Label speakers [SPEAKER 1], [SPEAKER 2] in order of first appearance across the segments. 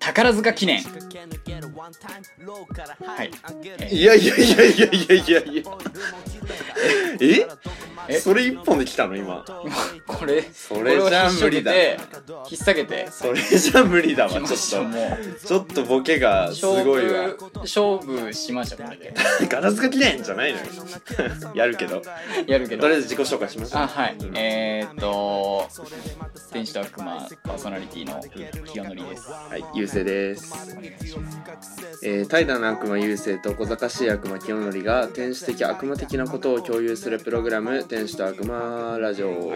[SPEAKER 1] 宝塚記念
[SPEAKER 2] はい
[SPEAKER 3] いやいやいやいやいやいやいやえそれ一本で来たの今
[SPEAKER 1] これ
[SPEAKER 3] それじゃ無理だ
[SPEAKER 1] これを引っ提げて引っ提げ て
[SPEAKER 3] それじゃ無理だわち
[SPEAKER 1] 来
[SPEAKER 3] ょっ
[SPEAKER 1] ました
[SPEAKER 3] と
[SPEAKER 1] も
[SPEAKER 3] ちょっとボケが
[SPEAKER 1] う
[SPEAKER 3] すごいわ
[SPEAKER 1] 勝負勝負しましょうこれで
[SPEAKER 3] ガラスが綺麗じゃないのよやるけど
[SPEAKER 1] やるけど
[SPEAKER 3] とりあえず自己紹介しましょう
[SPEAKER 1] あはい、
[SPEAKER 3] うん
[SPEAKER 1] えー、っと天使と悪魔パーソナリティの清則です
[SPEAKER 3] はい、ゆうせいです
[SPEAKER 1] お。願いします
[SPEAKER 3] えー、怠惰な悪魔ゆうせいと小賢しい悪魔清則が天使的悪魔的なことを共有するプログラム「天使と悪魔ラジオ」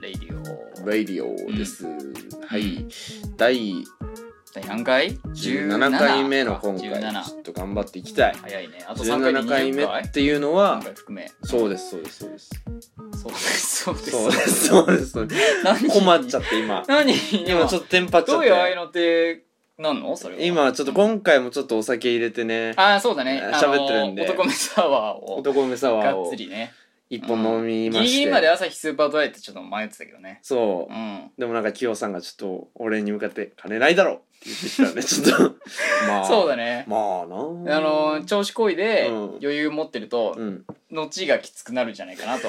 [SPEAKER 1] レイディオ
[SPEAKER 3] ラディオです、はい第
[SPEAKER 1] 第何回
[SPEAKER 3] 17回目の今回
[SPEAKER 1] 17
[SPEAKER 3] ちょっと頑張っていきたい
[SPEAKER 1] 早いねあと3回目
[SPEAKER 3] 17回目
[SPEAKER 1] 20回
[SPEAKER 3] っていうの
[SPEAKER 1] 今
[SPEAKER 3] は
[SPEAKER 1] 回含め
[SPEAKER 3] そうですそうですそうです
[SPEAKER 1] そうですそうです
[SPEAKER 3] そうですそうですそうで す
[SPEAKER 1] 何
[SPEAKER 3] 困っちゃって今
[SPEAKER 1] 何
[SPEAKER 3] 今ちょっとテンパっちゃ
[SPEAKER 1] ど
[SPEAKER 3] っ
[SPEAKER 1] ういうああいう
[SPEAKER 3] て
[SPEAKER 1] のってなんのそれは
[SPEAKER 3] 今ちょっと今回もちょっとお酒入れてね
[SPEAKER 1] ああそうだね
[SPEAKER 3] あ喋ってるんで
[SPEAKER 1] あの男目サワーを
[SPEAKER 3] 男梅サワー
[SPEAKER 1] がっ
[SPEAKER 3] を
[SPEAKER 1] つりね
[SPEAKER 3] 一本飲み
[SPEAKER 1] ギ
[SPEAKER 3] まして、
[SPEAKER 1] リギリまで朝日スーパードライってちょっと迷ってたけどね
[SPEAKER 3] そうう、
[SPEAKER 1] ん
[SPEAKER 3] でもなんかキヨさんがちょっと俺に向かって「金ないだろ!」って言ってきたんでちょ っとまあ
[SPEAKER 1] そうだね
[SPEAKER 3] まあな
[SPEAKER 1] あの調子こいで
[SPEAKER 3] うん
[SPEAKER 1] 余裕持ってると
[SPEAKER 3] うん
[SPEAKER 1] 後がきつくなるんじゃないかなと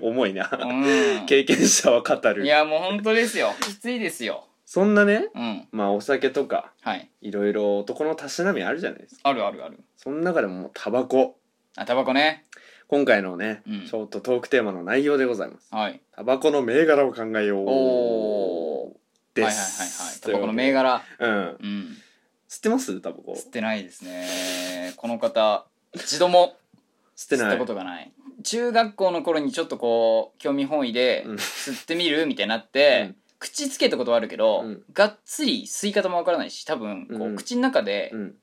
[SPEAKER 3] 重いな、
[SPEAKER 1] う
[SPEAKER 3] 経験者は語
[SPEAKER 1] んい
[SPEAKER 3] る
[SPEAKER 1] やもう本当ですよきついですよ
[SPEAKER 3] そんなね
[SPEAKER 1] うん
[SPEAKER 3] まあお酒とか
[SPEAKER 1] はい
[SPEAKER 3] いろいろ男のたしなみあるじゃないですか
[SPEAKER 1] あるあるある
[SPEAKER 3] その中でももうタバコ
[SPEAKER 1] あタバコね
[SPEAKER 3] 今回のね、
[SPEAKER 1] うん
[SPEAKER 3] ちょっとトークテーマの内容でございます
[SPEAKER 1] はい
[SPEAKER 3] タバコの銘柄を考えよう
[SPEAKER 1] おー
[SPEAKER 3] で
[SPEAKER 1] はいはいはいはい
[SPEAKER 3] す
[SPEAKER 1] タバコの銘柄
[SPEAKER 3] うん
[SPEAKER 1] うん
[SPEAKER 3] 吸ってますタバコ
[SPEAKER 1] 吸ってないですねこの方一度も
[SPEAKER 3] 吸って
[SPEAKER 1] 吸っ
[SPEAKER 3] な
[SPEAKER 1] た
[SPEAKER 3] い
[SPEAKER 1] ことがない中学校の頃にちょっとこう興味本位で
[SPEAKER 3] うん
[SPEAKER 1] 吸ってみるみたいになって、
[SPEAKER 3] うん
[SPEAKER 1] 口つけたことはあるけど、
[SPEAKER 3] うん
[SPEAKER 1] がっつり吸い方もわからないし多分こう、
[SPEAKER 3] うん
[SPEAKER 1] 口の中で
[SPEAKER 3] うん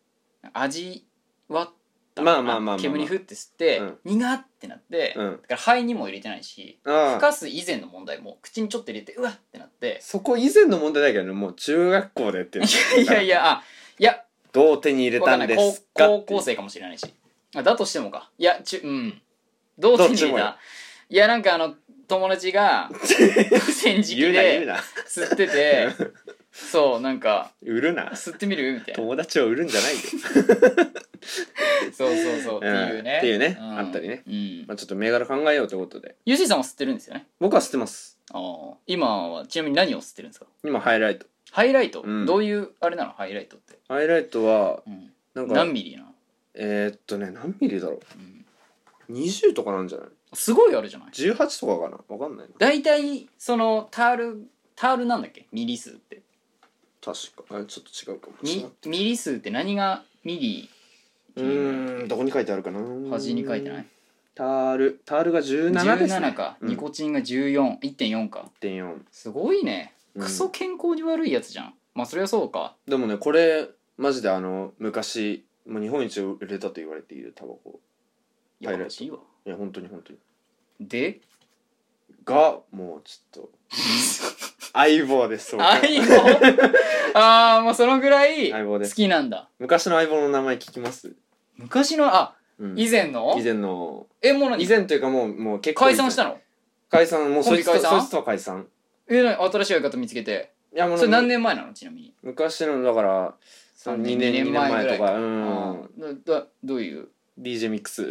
[SPEAKER 1] 味わった
[SPEAKER 3] まあまあまあまあまあ
[SPEAKER 1] 煙ふって吸って、
[SPEAKER 3] うん
[SPEAKER 1] 苦ってなって、
[SPEAKER 3] う
[SPEAKER 1] だ
[SPEAKER 3] ん
[SPEAKER 1] から肺にも入れてないし
[SPEAKER 3] あ
[SPEAKER 1] ふ
[SPEAKER 3] あ
[SPEAKER 1] かす以前の問題も口にちょっと入れてうわってなって
[SPEAKER 3] そこ以前の問題だけどねもう中学校でっていうの
[SPEAKER 1] いやいやあいや
[SPEAKER 3] どう手に入れ
[SPEAKER 1] わか
[SPEAKER 3] た
[SPEAKER 1] んなんい
[SPEAKER 3] で
[SPEAKER 1] 高
[SPEAKER 3] すか
[SPEAKER 1] 高校生かもしれないしあだとしてもかいやちゅうんどう手に
[SPEAKER 3] どっち
[SPEAKER 1] 入
[SPEAKER 3] も
[SPEAKER 1] れ
[SPEAKER 3] よ
[SPEAKER 1] たいやなんかあの友達が 戦時
[SPEAKER 3] 言
[SPEAKER 1] 期
[SPEAKER 3] うな言
[SPEAKER 1] で
[SPEAKER 3] うな
[SPEAKER 1] 吸っててそうなんか
[SPEAKER 3] 売るな
[SPEAKER 1] 吸ってみるみたいな
[SPEAKER 3] 友達を売るんじゃないよ、
[SPEAKER 1] そうそうそうっていうね
[SPEAKER 3] っていうね
[SPEAKER 1] ん
[SPEAKER 3] あったりね
[SPEAKER 1] うん
[SPEAKER 3] まあ、ちょっと銘柄考えようということで
[SPEAKER 1] ゆうせいさんは吸ってるんですよね
[SPEAKER 3] 僕は吸ってます
[SPEAKER 1] あー今はちなみに何を吸ってるんですか
[SPEAKER 3] 今ハイライト
[SPEAKER 1] ハイライト、
[SPEAKER 3] うん
[SPEAKER 1] どういうあれなのハイライトって、
[SPEAKER 3] ハイライトは
[SPEAKER 1] うん
[SPEAKER 3] なんか
[SPEAKER 1] 何ミリなの、
[SPEAKER 3] えー、っとね何ミリだろ
[SPEAKER 1] うん
[SPEAKER 3] う20とかなんじゃない
[SPEAKER 1] すごいあるじゃない
[SPEAKER 3] ?18 とかかなわかんないな
[SPEAKER 1] 大体そのタールタールなんだっけミリ数って
[SPEAKER 3] 確かあちょっと違うかもしれな
[SPEAKER 1] ミミ
[SPEAKER 3] い
[SPEAKER 1] リ数って何がミリ
[SPEAKER 3] うーんどこに書いてあるかな
[SPEAKER 1] 端に書いてない
[SPEAKER 3] タールタールが17ですね
[SPEAKER 1] 17か、
[SPEAKER 3] うん
[SPEAKER 1] ニコチンが141.4か
[SPEAKER 3] 1.4
[SPEAKER 1] すごいね
[SPEAKER 3] うん
[SPEAKER 1] クソ健康に悪いやつじゃん、まあそれはそうか
[SPEAKER 3] でもねこれマジであの昔もう日本一売れたと言われているタバコ
[SPEAKER 1] いや
[SPEAKER 3] ハイライト
[SPEAKER 1] マジいいわ
[SPEAKER 3] いや本当に本当に
[SPEAKER 1] で
[SPEAKER 3] がもうち ょっと相棒です僕は
[SPEAKER 1] 相 棒ああもうそのぐらい
[SPEAKER 3] 相棒
[SPEAKER 1] 好
[SPEAKER 3] です
[SPEAKER 1] きなんだ
[SPEAKER 3] 昔の相棒の名前聞きます、
[SPEAKER 1] 昔のあ
[SPEAKER 3] うん
[SPEAKER 1] 以前の
[SPEAKER 3] 以前の
[SPEAKER 1] えもう何
[SPEAKER 3] 以前というかもうもう結構
[SPEAKER 1] 解散した
[SPEAKER 3] の
[SPEAKER 1] の
[SPEAKER 3] 解散もうそいつ
[SPEAKER 1] コン
[SPEAKER 3] と
[SPEAKER 1] ビ解散
[SPEAKER 3] そいつとは解散
[SPEAKER 1] え何新しいやり方見つけて
[SPEAKER 3] いやもう
[SPEAKER 1] それ何年前なのちなみに
[SPEAKER 3] 昔のだから2年2年前とかう
[SPEAKER 1] あ
[SPEAKER 3] ん
[SPEAKER 1] ーだだどういう
[SPEAKER 3] DJ ミックス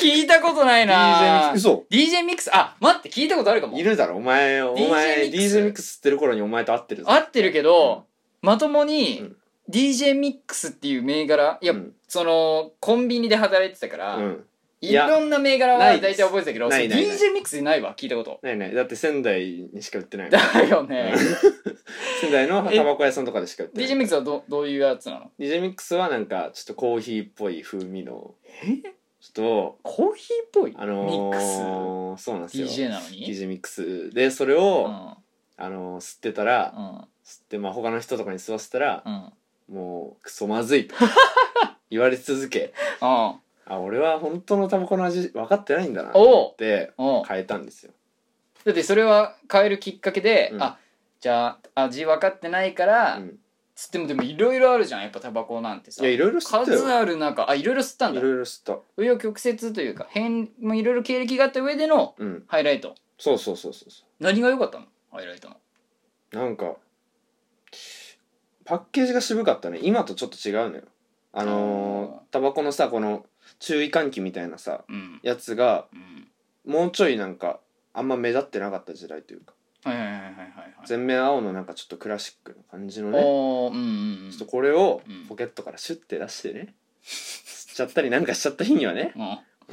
[SPEAKER 1] 聞いたことない
[SPEAKER 3] DJ ミッ
[SPEAKER 1] な
[SPEAKER 3] クス嘘
[SPEAKER 1] DJ ミックスあ待って聞いたことあるかも
[SPEAKER 3] いるだろお前お
[SPEAKER 1] DJ
[SPEAKER 3] 前
[SPEAKER 1] ミックス
[SPEAKER 3] DJ ミックス吸ってる頃にお前と会ってるぞ
[SPEAKER 1] 合ってるけど、まとも
[SPEAKER 3] う
[SPEAKER 1] に
[SPEAKER 3] ん
[SPEAKER 1] DJ ミックスっていう銘柄いや、
[SPEAKER 3] うん
[SPEAKER 1] そのコンビニで働いてたから、
[SPEAKER 3] うん
[SPEAKER 1] いろんな銘柄は
[SPEAKER 3] な
[SPEAKER 1] 大
[SPEAKER 3] いで
[SPEAKER 1] 体
[SPEAKER 3] す
[SPEAKER 1] 覚えてたけど
[SPEAKER 3] ないないない
[SPEAKER 1] DJ ミックスにないわ聞いたこと
[SPEAKER 3] ないないだって仙台にしか売ってないもん
[SPEAKER 1] だよね
[SPEAKER 3] 仙台のタバコ屋さんとかでしか売ってない
[SPEAKER 1] DJ ミックスはどどういうやつなの
[SPEAKER 3] DJ ミックスはなんかちょっとコーヒーっぽい風味のちょ
[SPEAKER 1] コーヒーっぽい、
[SPEAKER 3] っとあのー、
[SPEAKER 1] ミック
[SPEAKER 3] そうなんです
[SPEAKER 1] ス
[SPEAKER 3] よ
[SPEAKER 1] DJ なのに
[SPEAKER 3] DJ ミックスでそれ
[SPEAKER 1] う
[SPEAKER 3] を、
[SPEAKER 1] ん
[SPEAKER 3] あのー吸ってたら、
[SPEAKER 1] うん
[SPEAKER 3] 吸ってまあ他の人とかに吸わせたら
[SPEAKER 1] う、ん
[SPEAKER 3] もうクソま ずいと言われ続け
[SPEAKER 1] うん
[SPEAKER 3] あ俺は本当のタバコの味分かってないんだなっ
[SPEAKER 1] おう
[SPEAKER 3] て
[SPEAKER 1] おう
[SPEAKER 3] 変えたんですよ
[SPEAKER 1] だってそれは変えるきっかけで、
[SPEAKER 3] うん
[SPEAKER 1] あじゃあ味分かってないから、
[SPEAKER 3] うん
[SPEAKER 1] つってもでもいろいろあるじゃんやっぱタバコなんてさ
[SPEAKER 3] いやいろいろ吸ったよ
[SPEAKER 1] 数ある中あいろいろ吸ったん
[SPEAKER 3] い
[SPEAKER 1] だ
[SPEAKER 3] ろいろ吸った
[SPEAKER 1] 紆余曲折というか変もいろいろ経歴があった上での
[SPEAKER 3] うん
[SPEAKER 1] ハイライト
[SPEAKER 3] そうそうそうそうそ
[SPEAKER 1] 何が良かったのハイライトの
[SPEAKER 3] うなんかパッケージが渋かったね今とちょっと違うのよあのータバコのさこの注意喚起みたいなさ
[SPEAKER 1] うん
[SPEAKER 3] やつが
[SPEAKER 1] うん
[SPEAKER 3] もうちょいなんかあんま目立ってなかった時代というか
[SPEAKER 1] はいはいはいはいはいはい
[SPEAKER 3] 全面青のなんかちょっとクラシックな感じのね
[SPEAKER 1] おーうんうんうん
[SPEAKER 3] ちょっとこれを
[SPEAKER 1] うん
[SPEAKER 3] ポケットからシュッて出してね吸っちゃったりなんかしちゃった日にはね
[SPEAKER 1] うん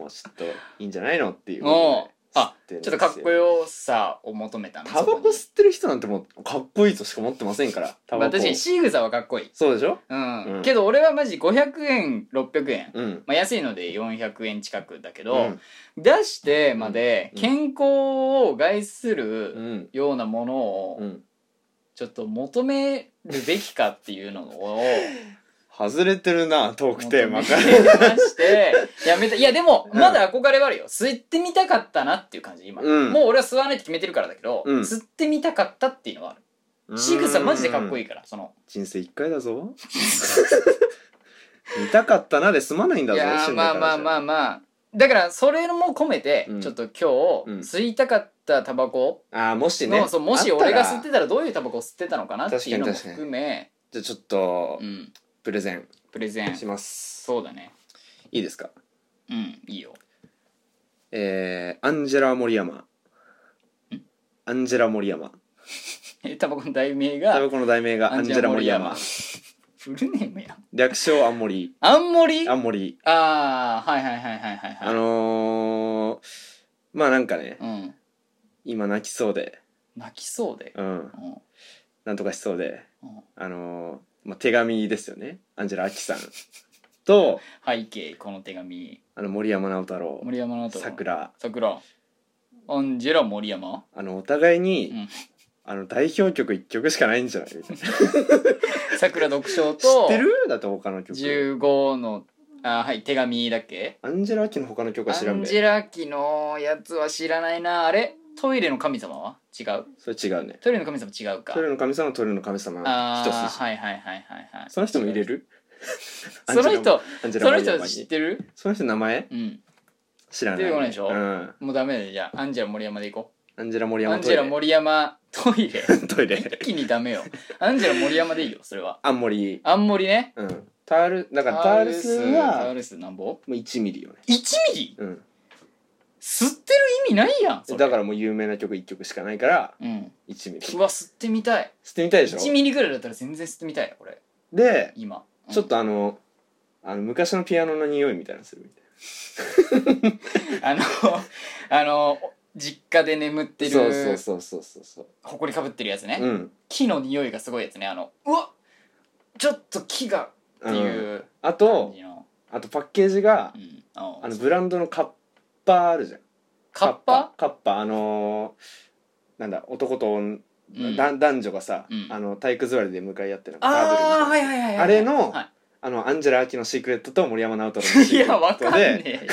[SPEAKER 3] もうちょっといいんじゃないのっていう
[SPEAKER 1] おーあ
[SPEAKER 3] ちょ
[SPEAKER 1] ちょっとかっこよさを求めたの
[SPEAKER 3] タバコ吸ってる人なんてもうかっこいいとしか思ってませんからタ
[SPEAKER 1] ま
[SPEAKER 3] バ
[SPEAKER 1] あ
[SPEAKER 3] コ
[SPEAKER 1] 確かにシーグザはかっこいい、
[SPEAKER 3] そうでしょ
[SPEAKER 1] うん
[SPEAKER 3] うん
[SPEAKER 1] けど俺はマジ500円600円、
[SPEAKER 3] うん
[SPEAKER 1] まあ、安いので400円近くだけど、
[SPEAKER 3] うん
[SPEAKER 1] 出してまで
[SPEAKER 3] うん
[SPEAKER 1] 健康を害す
[SPEAKER 3] う
[SPEAKER 1] る
[SPEAKER 3] ん
[SPEAKER 1] ようなもの
[SPEAKER 3] う
[SPEAKER 1] を
[SPEAKER 3] ん
[SPEAKER 1] ちょっと求めるべきかっていうの を
[SPEAKER 3] 外れてるなトークテーマか
[SPEAKER 1] 求
[SPEAKER 3] ら
[SPEAKER 1] めまして やめたいやでも
[SPEAKER 3] うん
[SPEAKER 1] まだ憧れはあるよ吸ってみたかったなっていう感じ今、
[SPEAKER 3] うん
[SPEAKER 1] もう俺は吸わないって決めてるからだけど、
[SPEAKER 3] うん
[SPEAKER 1] 吸ってみたかったっていうのはあるシーグザマジでかっこい
[SPEAKER 3] い
[SPEAKER 1] いからその
[SPEAKER 3] 人生一回だぞ 見たかったなで済まないんだ
[SPEAKER 1] い
[SPEAKER 3] ぞ
[SPEAKER 1] やーまあまあま
[SPEAKER 3] あ
[SPEAKER 1] あまあだからそれも込めて、
[SPEAKER 3] うん
[SPEAKER 1] ちょっと今
[SPEAKER 3] うん
[SPEAKER 1] 日吸いたかったタバコ
[SPEAKER 3] あーもし
[SPEAKER 1] の、
[SPEAKER 3] ね
[SPEAKER 1] そうもし俺が吸って
[SPEAKER 3] あたら
[SPEAKER 1] たらどういうタバコを吸ってたのかなっていうのも
[SPEAKER 3] 確かに確か
[SPEAKER 1] 含め、
[SPEAKER 3] じゃあちょっと
[SPEAKER 1] うん、
[SPEAKER 3] プレゼン
[SPEAKER 1] プレゼン
[SPEAKER 3] します
[SPEAKER 1] そうだね
[SPEAKER 3] いいですか
[SPEAKER 1] うんいいよ
[SPEAKER 3] えー、アンジェラ森山アンジェラ森山
[SPEAKER 1] えタバコの題名
[SPEAKER 3] タ
[SPEAKER 1] が
[SPEAKER 3] バコの題名がアンジェラ森山
[SPEAKER 1] フルネー ムやん
[SPEAKER 3] 略称アンモリ
[SPEAKER 1] あんもり
[SPEAKER 3] ア
[SPEAKER 1] あ
[SPEAKER 3] ンモリ
[SPEAKER 1] あーはいはいはいはいはい
[SPEAKER 3] あ
[SPEAKER 1] はい
[SPEAKER 3] のー、まあなんかね
[SPEAKER 1] うん
[SPEAKER 3] 今泣きそうで
[SPEAKER 1] 泣きそうで、
[SPEAKER 3] うん
[SPEAKER 1] うん
[SPEAKER 3] なんとかしそうで
[SPEAKER 1] うん
[SPEAKER 3] あのーまあ、手紙ですよねアンジェラ・アキさんと
[SPEAKER 1] 背景この手紙
[SPEAKER 3] あの森山直太朗
[SPEAKER 1] 森山のと
[SPEAKER 3] 桜
[SPEAKER 1] 桜アンジェラ森山
[SPEAKER 3] あのお互いに、
[SPEAKER 1] うん
[SPEAKER 3] あの代表曲1曲しかないんじゃないみたいな知っ
[SPEAKER 1] 桜読書と
[SPEAKER 3] てるだって他の曲
[SPEAKER 1] 15のあはい手紙だっけ
[SPEAKER 3] アンジェラ・アキの他の曲は知ら
[SPEAKER 1] ア
[SPEAKER 3] ん
[SPEAKER 1] ン
[SPEAKER 3] べ
[SPEAKER 1] ジェラキのやつは知らないなあれトイレの神様は違う
[SPEAKER 3] それ違うね
[SPEAKER 1] トイレの神様違うか
[SPEAKER 3] トイレの神様トイレの神様
[SPEAKER 1] あ
[SPEAKER 3] 一
[SPEAKER 1] あ
[SPEAKER 3] 筋
[SPEAKER 1] はいはいはいはいはい
[SPEAKER 3] その人も入れる
[SPEAKER 1] その人
[SPEAKER 3] アンジェ
[SPEAKER 1] そ
[SPEAKER 3] ラ・
[SPEAKER 1] の
[SPEAKER 3] アンジェラ
[SPEAKER 1] 人
[SPEAKER 3] マ
[SPEAKER 1] 知っ
[SPEAKER 3] リ
[SPEAKER 1] てる
[SPEAKER 3] その人名前
[SPEAKER 1] うん
[SPEAKER 3] 知らない
[SPEAKER 1] 出てこないでしょ
[SPEAKER 3] うん、
[SPEAKER 1] もうダメだよじゃあアンジェラ森山で行こ
[SPEAKER 3] アンジェラ・森
[SPEAKER 1] うア
[SPEAKER 3] 山
[SPEAKER 1] ン
[SPEAKER 3] ト
[SPEAKER 1] ジ
[SPEAKER 3] イ
[SPEAKER 1] ェラ
[SPEAKER 3] レ
[SPEAKER 1] 森山トイレ
[SPEAKER 3] トイ
[SPEAKER 1] 一
[SPEAKER 3] レ
[SPEAKER 1] 気にダメよアンジェラ森山でいいよそれは
[SPEAKER 3] アンモリ
[SPEAKER 1] あんもりね
[SPEAKER 3] うんタールだからタール数
[SPEAKER 1] ター
[SPEAKER 3] は
[SPEAKER 1] ル数なんぼ
[SPEAKER 3] もう1ミリよね
[SPEAKER 1] ?1 ミリ
[SPEAKER 3] うん
[SPEAKER 1] 吸ってる意味ないやんそれ
[SPEAKER 3] だからもう有名な曲1曲しかないから
[SPEAKER 1] うん
[SPEAKER 3] 1ミ リ
[SPEAKER 1] う
[SPEAKER 3] 吸
[SPEAKER 1] わ吸ってみたい
[SPEAKER 3] ってみたいでし
[SPEAKER 1] 1
[SPEAKER 3] ょ
[SPEAKER 1] ミリぐらいだったら全然吸ってみたい俺
[SPEAKER 3] で
[SPEAKER 1] 今
[SPEAKER 3] ちょっとあのあの昔のピアノの匂いみたいなのするみたい
[SPEAKER 1] うんあの あの実家で眠って
[SPEAKER 3] な
[SPEAKER 1] る
[SPEAKER 3] そうそうそうそうそうそう
[SPEAKER 1] ほこりかぶってるやつね、
[SPEAKER 3] うん
[SPEAKER 1] 木の匂いがすごいやつねあのうわちょっと木がって
[SPEAKER 3] うん
[SPEAKER 1] いう
[SPEAKER 3] あ
[SPEAKER 1] 感
[SPEAKER 3] と
[SPEAKER 1] じの、
[SPEAKER 3] あとパッケージが
[SPEAKER 1] うん
[SPEAKER 3] あのブランドのカッパあるじゃん
[SPEAKER 1] カッパ
[SPEAKER 3] カッパあのーなんだ男と女
[SPEAKER 1] うん
[SPEAKER 3] だ男女がさ
[SPEAKER 1] うん
[SPEAKER 3] あの体育座りで向かい合ってなんかダブルみたい
[SPEAKER 1] あ
[SPEAKER 3] な
[SPEAKER 1] ーはいはいはいはい
[SPEAKER 3] あれの
[SPEAKER 1] は
[SPEAKER 3] あのアンジェラ・アキのシークレットと森山直太朗の
[SPEAKER 1] い、い
[SPEAKER 3] シークレ
[SPEAKER 1] やわ
[SPEAKER 3] ッ
[SPEAKER 1] か
[SPEAKER 3] ト
[SPEAKER 1] んね
[SPEAKER 3] で
[SPEAKER 1] え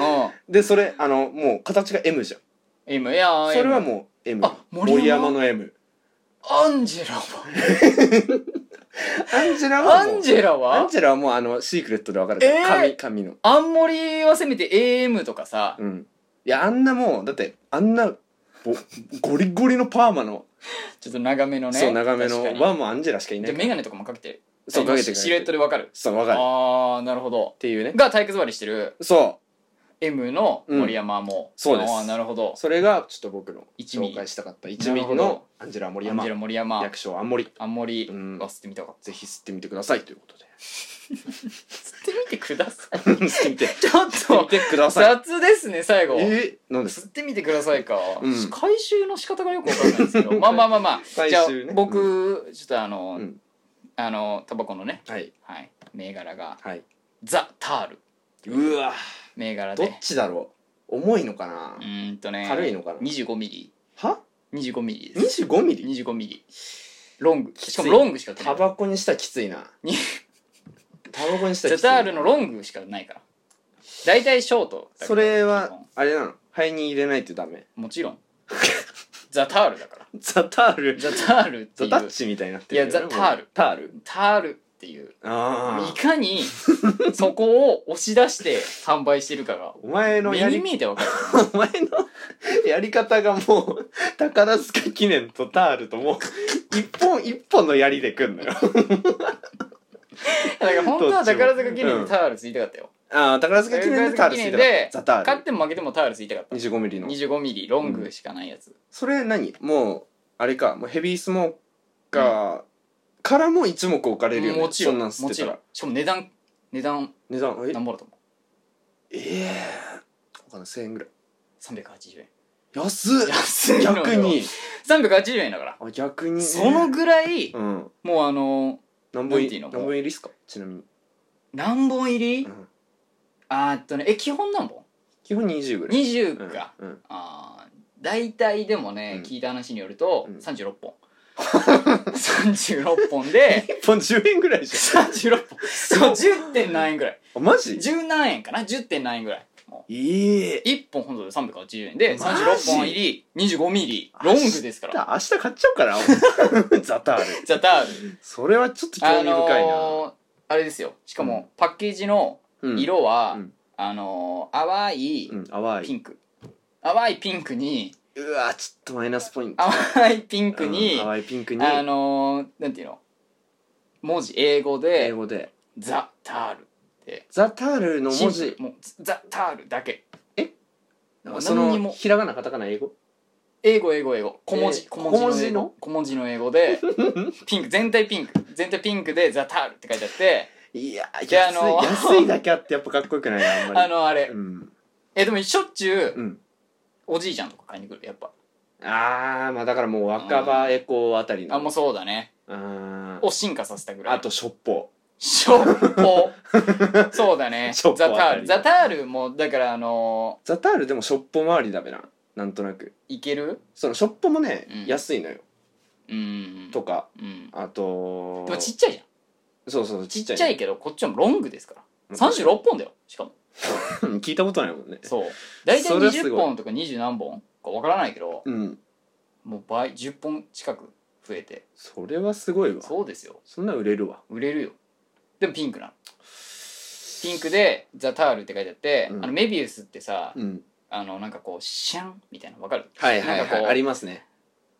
[SPEAKER 1] うん
[SPEAKER 3] でそれあのもう形が M じゃん
[SPEAKER 1] M いやー
[SPEAKER 3] それは
[SPEAKER 1] M
[SPEAKER 3] もう M
[SPEAKER 1] あ森山
[SPEAKER 3] 森山の M
[SPEAKER 1] アンジェラは
[SPEAKER 3] アンジェラは
[SPEAKER 1] ア
[SPEAKER 3] もう
[SPEAKER 1] ンジェラ
[SPEAKER 3] アン
[SPEAKER 1] は
[SPEAKER 3] ジェラはもうあのシークレットで分かれてる
[SPEAKER 1] えー
[SPEAKER 3] 紙紙の
[SPEAKER 1] あんもりはせめて AM とかさ、
[SPEAKER 3] うんいやあんなもうだってあんなぼゴリゴリのパーマの
[SPEAKER 1] ちょっと長めのね
[SPEAKER 3] そう長めの
[SPEAKER 1] 確かに
[SPEAKER 3] はもうアンジェラしかいな
[SPEAKER 1] で
[SPEAKER 3] い
[SPEAKER 1] メガネとかもかけて
[SPEAKER 3] そうかけてくれ
[SPEAKER 1] シルエットでわかる
[SPEAKER 3] そう分かるっ
[SPEAKER 1] ああなるほど
[SPEAKER 3] ていうね
[SPEAKER 1] が体育座りしてる
[SPEAKER 3] そ
[SPEAKER 1] M の森山も、
[SPEAKER 3] んそうです
[SPEAKER 1] ああなるほど
[SPEAKER 3] うそれがちょっと僕の
[SPEAKER 1] 一ミリ
[SPEAKER 3] 紹介したかった1
[SPEAKER 1] な
[SPEAKER 3] ミ
[SPEAKER 1] るほ
[SPEAKER 3] リ
[SPEAKER 1] ど
[SPEAKER 3] のアンジェラ
[SPEAKER 1] アン
[SPEAKER 3] 森
[SPEAKER 1] ジ
[SPEAKER 3] 山
[SPEAKER 1] ェラ森山
[SPEAKER 3] 略称アンモリ
[SPEAKER 1] あんまり
[SPEAKER 3] うん
[SPEAKER 1] は吸ってみたかっ
[SPEAKER 3] ぜひ吸ってみてくださいということで
[SPEAKER 1] た吸ってみてくだ さい
[SPEAKER 3] 吸ってみて
[SPEAKER 1] ちょっ
[SPEAKER 3] 吸ってみ
[SPEAKER 1] と
[SPEAKER 3] てください
[SPEAKER 1] 雑ですね最後
[SPEAKER 3] えー、なんです
[SPEAKER 1] 吸ってみてくださいか、
[SPEAKER 3] うん
[SPEAKER 1] 回収の仕方がよくわかんないですけ どまあまあまあまあ、
[SPEAKER 3] 回
[SPEAKER 1] じゃあ
[SPEAKER 3] 収ね
[SPEAKER 1] 僕、
[SPEAKER 3] う
[SPEAKER 1] ちょっとあの、
[SPEAKER 3] うん
[SPEAKER 1] あのタバコのね
[SPEAKER 3] はい
[SPEAKER 1] はい銘柄が
[SPEAKER 3] はい
[SPEAKER 1] ザ・タール
[SPEAKER 3] うわ
[SPEAKER 1] 銘柄
[SPEAKER 3] どっ
[SPEAKER 1] で
[SPEAKER 3] ちだろう重いのかな、
[SPEAKER 1] うーんとね
[SPEAKER 3] 軽いのかな
[SPEAKER 1] 25ミリ
[SPEAKER 3] は
[SPEAKER 1] 25ミリです
[SPEAKER 3] 25ミリ
[SPEAKER 1] 25ミリロング
[SPEAKER 3] つい
[SPEAKER 1] しかもロングしか売ってな
[SPEAKER 3] タ
[SPEAKER 1] い
[SPEAKER 3] バコにしたらきついな
[SPEAKER 1] に
[SPEAKER 3] タバコにしたら
[SPEAKER 1] ゼ
[SPEAKER 3] きついな
[SPEAKER 1] タールのロングしかないから大体ショートだけど
[SPEAKER 3] それ
[SPEAKER 1] 基
[SPEAKER 3] は
[SPEAKER 1] 本
[SPEAKER 3] あれなの肺に入れないとダメ
[SPEAKER 1] もちろんザタールだから
[SPEAKER 3] ザタール
[SPEAKER 1] ザタールってい
[SPEAKER 3] ザ
[SPEAKER 1] う
[SPEAKER 3] タッチみたいになってよね
[SPEAKER 1] いやザタール
[SPEAKER 3] もうタール
[SPEAKER 1] タールっていう
[SPEAKER 3] あ
[SPEAKER 1] い
[SPEAKER 3] あ
[SPEAKER 1] かにそこを押し出して販売してるかが
[SPEAKER 3] お前の
[SPEAKER 1] 目
[SPEAKER 3] や
[SPEAKER 1] に
[SPEAKER 3] り
[SPEAKER 1] 見えてわか る
[SPEAKER 3] お前のやり方がもう宝塚記念とタールともう一本一本の槍でくんのよ
[SPEAKER 1] だから本当は宝塚記念
[SPEAKER 3] うん
[SPEAKER 1] でタオルついたかったよ、
[SPEAKER 3] ああ宝塚記念でタールついてたザター
[SPEAKER 1] 勝
[SPEAKER 3] ル
[SPEAKER 1] っても負けてもタオルついたかった
[SPEAKER 3] 25ミリの
[SPEAKER 1] 25ミリロングしかないやつ、
[SPEAKER 3] それ何もうあれかもうヘビースモーカーからも一目置かれるよね
[SPEAKER 1] もちろ
[SPEAKER 3] そ
[SPEAKER 1] ん
[SPEAKER 3] な
[SPEAKER 1] も
[SPEAKER 3] ん吸って
[SPEAKER 1] ち
[SPEAKER 3] た
[SPEAKER 1] ろ
[SPEAKER 3] ら
[SPEAKER 1] んしかも値段値段
[SPEAKER 3] 値段え
[SPEAKER 1] 何ぼだと思う
[SPEAKER 3] ええー、わかんない1000円ぐらい
[SPEAKER 1] 380円
[SPEAKER 3] 安っ
[SPEAKER 1] 安いのよ
[SPEAKER 3] 逆に
[SPEAKER 1] 380円だから
[SPEAKER 3] あ逆にね
[SPEAKER 1] そのぐらい
[SPEAKER 3] うん
[SPEAKER 1] もうあの
[SPEAKER 3] 何
[SPEAKER 1] なん
[SPEAKER 3] 本
[SPEAKER 1] ていう
[SPEAKER 3] 入り
[SPEAKER 1] の
[SPEAKER 3] 何本入りっすかちなみに、
[SPEAKER 1] 何本入り、
[SPEAKER 3] うん、
[SPEAKER 1] あーっとねえ基本何本
[SPEAKER 3] 基本20ぐらい
[SPEAKER 1] ?20 か、
[SPEAKER 3] うんうん、
[SPEAKER 1] あー大体でもね、
[SPEAKER 3] うん
[SPEAKER 1] 聞いた話によると、
[SPEAKER 3] うん
[SPEAKER 1] 36本 36本で
[SPEAKER 3] 1本10円ぐらいじ
[SPEAKER 1] 36本そう10点何円ぐらい
[SPEAKER 3] ゃんあマジ
[SPEAKER 1] 10何円かな10点何円ぐらいも
[SPEAKER 3] ええ
[SPEAKER 1] う1本本当で380円で
[SPEAKER 3] マジ
[SPEAKER 1] 36本入り25ミリロングですから
[SPEAKER 3] 明日買っちゃおうかな ザタール
[SPEAKER 1] ザタール
[SPEAKER 3] それはちょっと興
[SPEAKER 1] あ
[SPEAKER 3] 味深いな、
[SPEAKER 1] のーあれですよしか
[SPEAKER 3] うん
[SPEAKER 1] もパッケージの
[SPEAKER 3] うん、
[SPEAKER 1] 色は、
[SPEAKER 3] うん
[SPEAKER 1] あのー淡い
[SPEAKER 3] うん淡
[SPEAKER 1] ピ
[SPEAKER 3] い
[SPEAKER 1] ンク、淡いピンクに
[SPEAKER 3] うわちょっとマイナスポイント
[SPEAKER 1] 淡いピンクに、
[SPEAKER 3] うん淡いピンクに
[SPEAKER 1] あのー、なんていうの文字英語
[SPEAKER 3] 英
[SPEAKER 1] で
[SPEAKER 3] 語で
[SPEAKER 1] 「ザ・タール
[SPEAKER 3] 「ザ・タール」」の
[SPEAKER 1] シン
[SPEAKER 3] 文
[SPEAKER 1] プ
[SPEAKER 3] 字
[SPEAKER 1] ルもう「ザ・タール」だけもう
[SPEAKER 3] そ
[SPEAKER 1] 何に
[SPEAKER 3] の
[SPEAKER 1] も
[SPEAKER 3] ひらがなカタカナ英語
[SPEAKER 1] 英語英語英語小文
[SPEAKER 3] え
[SPEAKER 1] 字
[SPEAKER 3] ー
[SPEAKER 1] 小文字の英語
[SPEAKER 3] 小
[SPEAKER 1] 小文字の英語 でピンク全体ピンク全体ピンクで「ザ・タール」って書いてあって
[SPEAKER 3] いや安い
[SPEAKER 1] であの
[SPEAKER 3] 安いだけあってやっぱかっこよくないなあんま
[SPEAKER 1] あ
[SPEAKER 3] り
[SPEAKER 1] のあれ
[SPEAKER 3] うん
[SPEAKER 1] えでもしょっちゅう
[SPEAKER 3] うん
[SPEAKER 1] おじいちゃんとか買いに来るやっぱ
[SPEAKER 3] あーまあだからもう若葉エコーあたりの
[SPEAKER 1] あもうそうだね
[SPEAKER 3] あー
[SPEAKER 1] を進化させたぐらい
[SPEAKER 3] あとショッポ
[SPEAKER 1] ショッ ポそうだね
[SPEAKER 3] ショッ
[SPEAKER 1] ザ・
[SPEAKER 3] ポ
[SPEAKER 1] タ
[SPEAKER 3] あた
[SPEAKER 1] ー
[SPEAKER 3] り
[SPEAKER 1] ルザ・タールもだからあの
[SPEAKER 3] ザタールでもショッポ周りだべななんとなく
[SPEAKER 1] ーいける
[SPEAKER 3] そのショッポもね、
[SPEAKER 1] うん
[SPEAKER 3] 安いのよ
[SPEAKER 1] うん
[SPEAKER 3] とか
[SPEAKER 1] うん
[SPEAKER 3] あと
[SPEAKER 1] でもちっちゃいじゃん
[SPEAKER 3] そうそう
[SPEAKER 1] ちっちゃ
[SPEAKER 3] い
[SPEAKER 1] いけどこっちはもうロングですから
[SPEAKER 3] うん
[SPEAKER 1] 36本だよしかも
[SPEAKER 3] うん聞いたことないもんね
[SPEAKER 1] そう大体
[SPEAKER 3] それはすごい
[SPEAKER 1] 20本とか20何本かわからないけど
[SPEAKER 3] うん
[SPEAKER 1] もう倍10本近く増えて
[SPEAKER 3] それはすごいわ
[SPEAKER 1] そうですよ
[SPEAKER 3] そんな売れるわ
[SPEAKER 1] 売れるよでもピンクなのピンクで「ザ・タール」って書いてあって、
[SPEAKER 3] うん
[SPEAKER 1] あのメビウスってさ、
[SPEAKER 3] うん
[SPEAKER 1] あのなんかこうシャンみたいなのわかる
[SPEAKER 3] はいはい
[SPEAKER 1] なんか
[SPEAKER 3] はい
[SPEAKER 1] こう
[SPEAKER 3] ありますね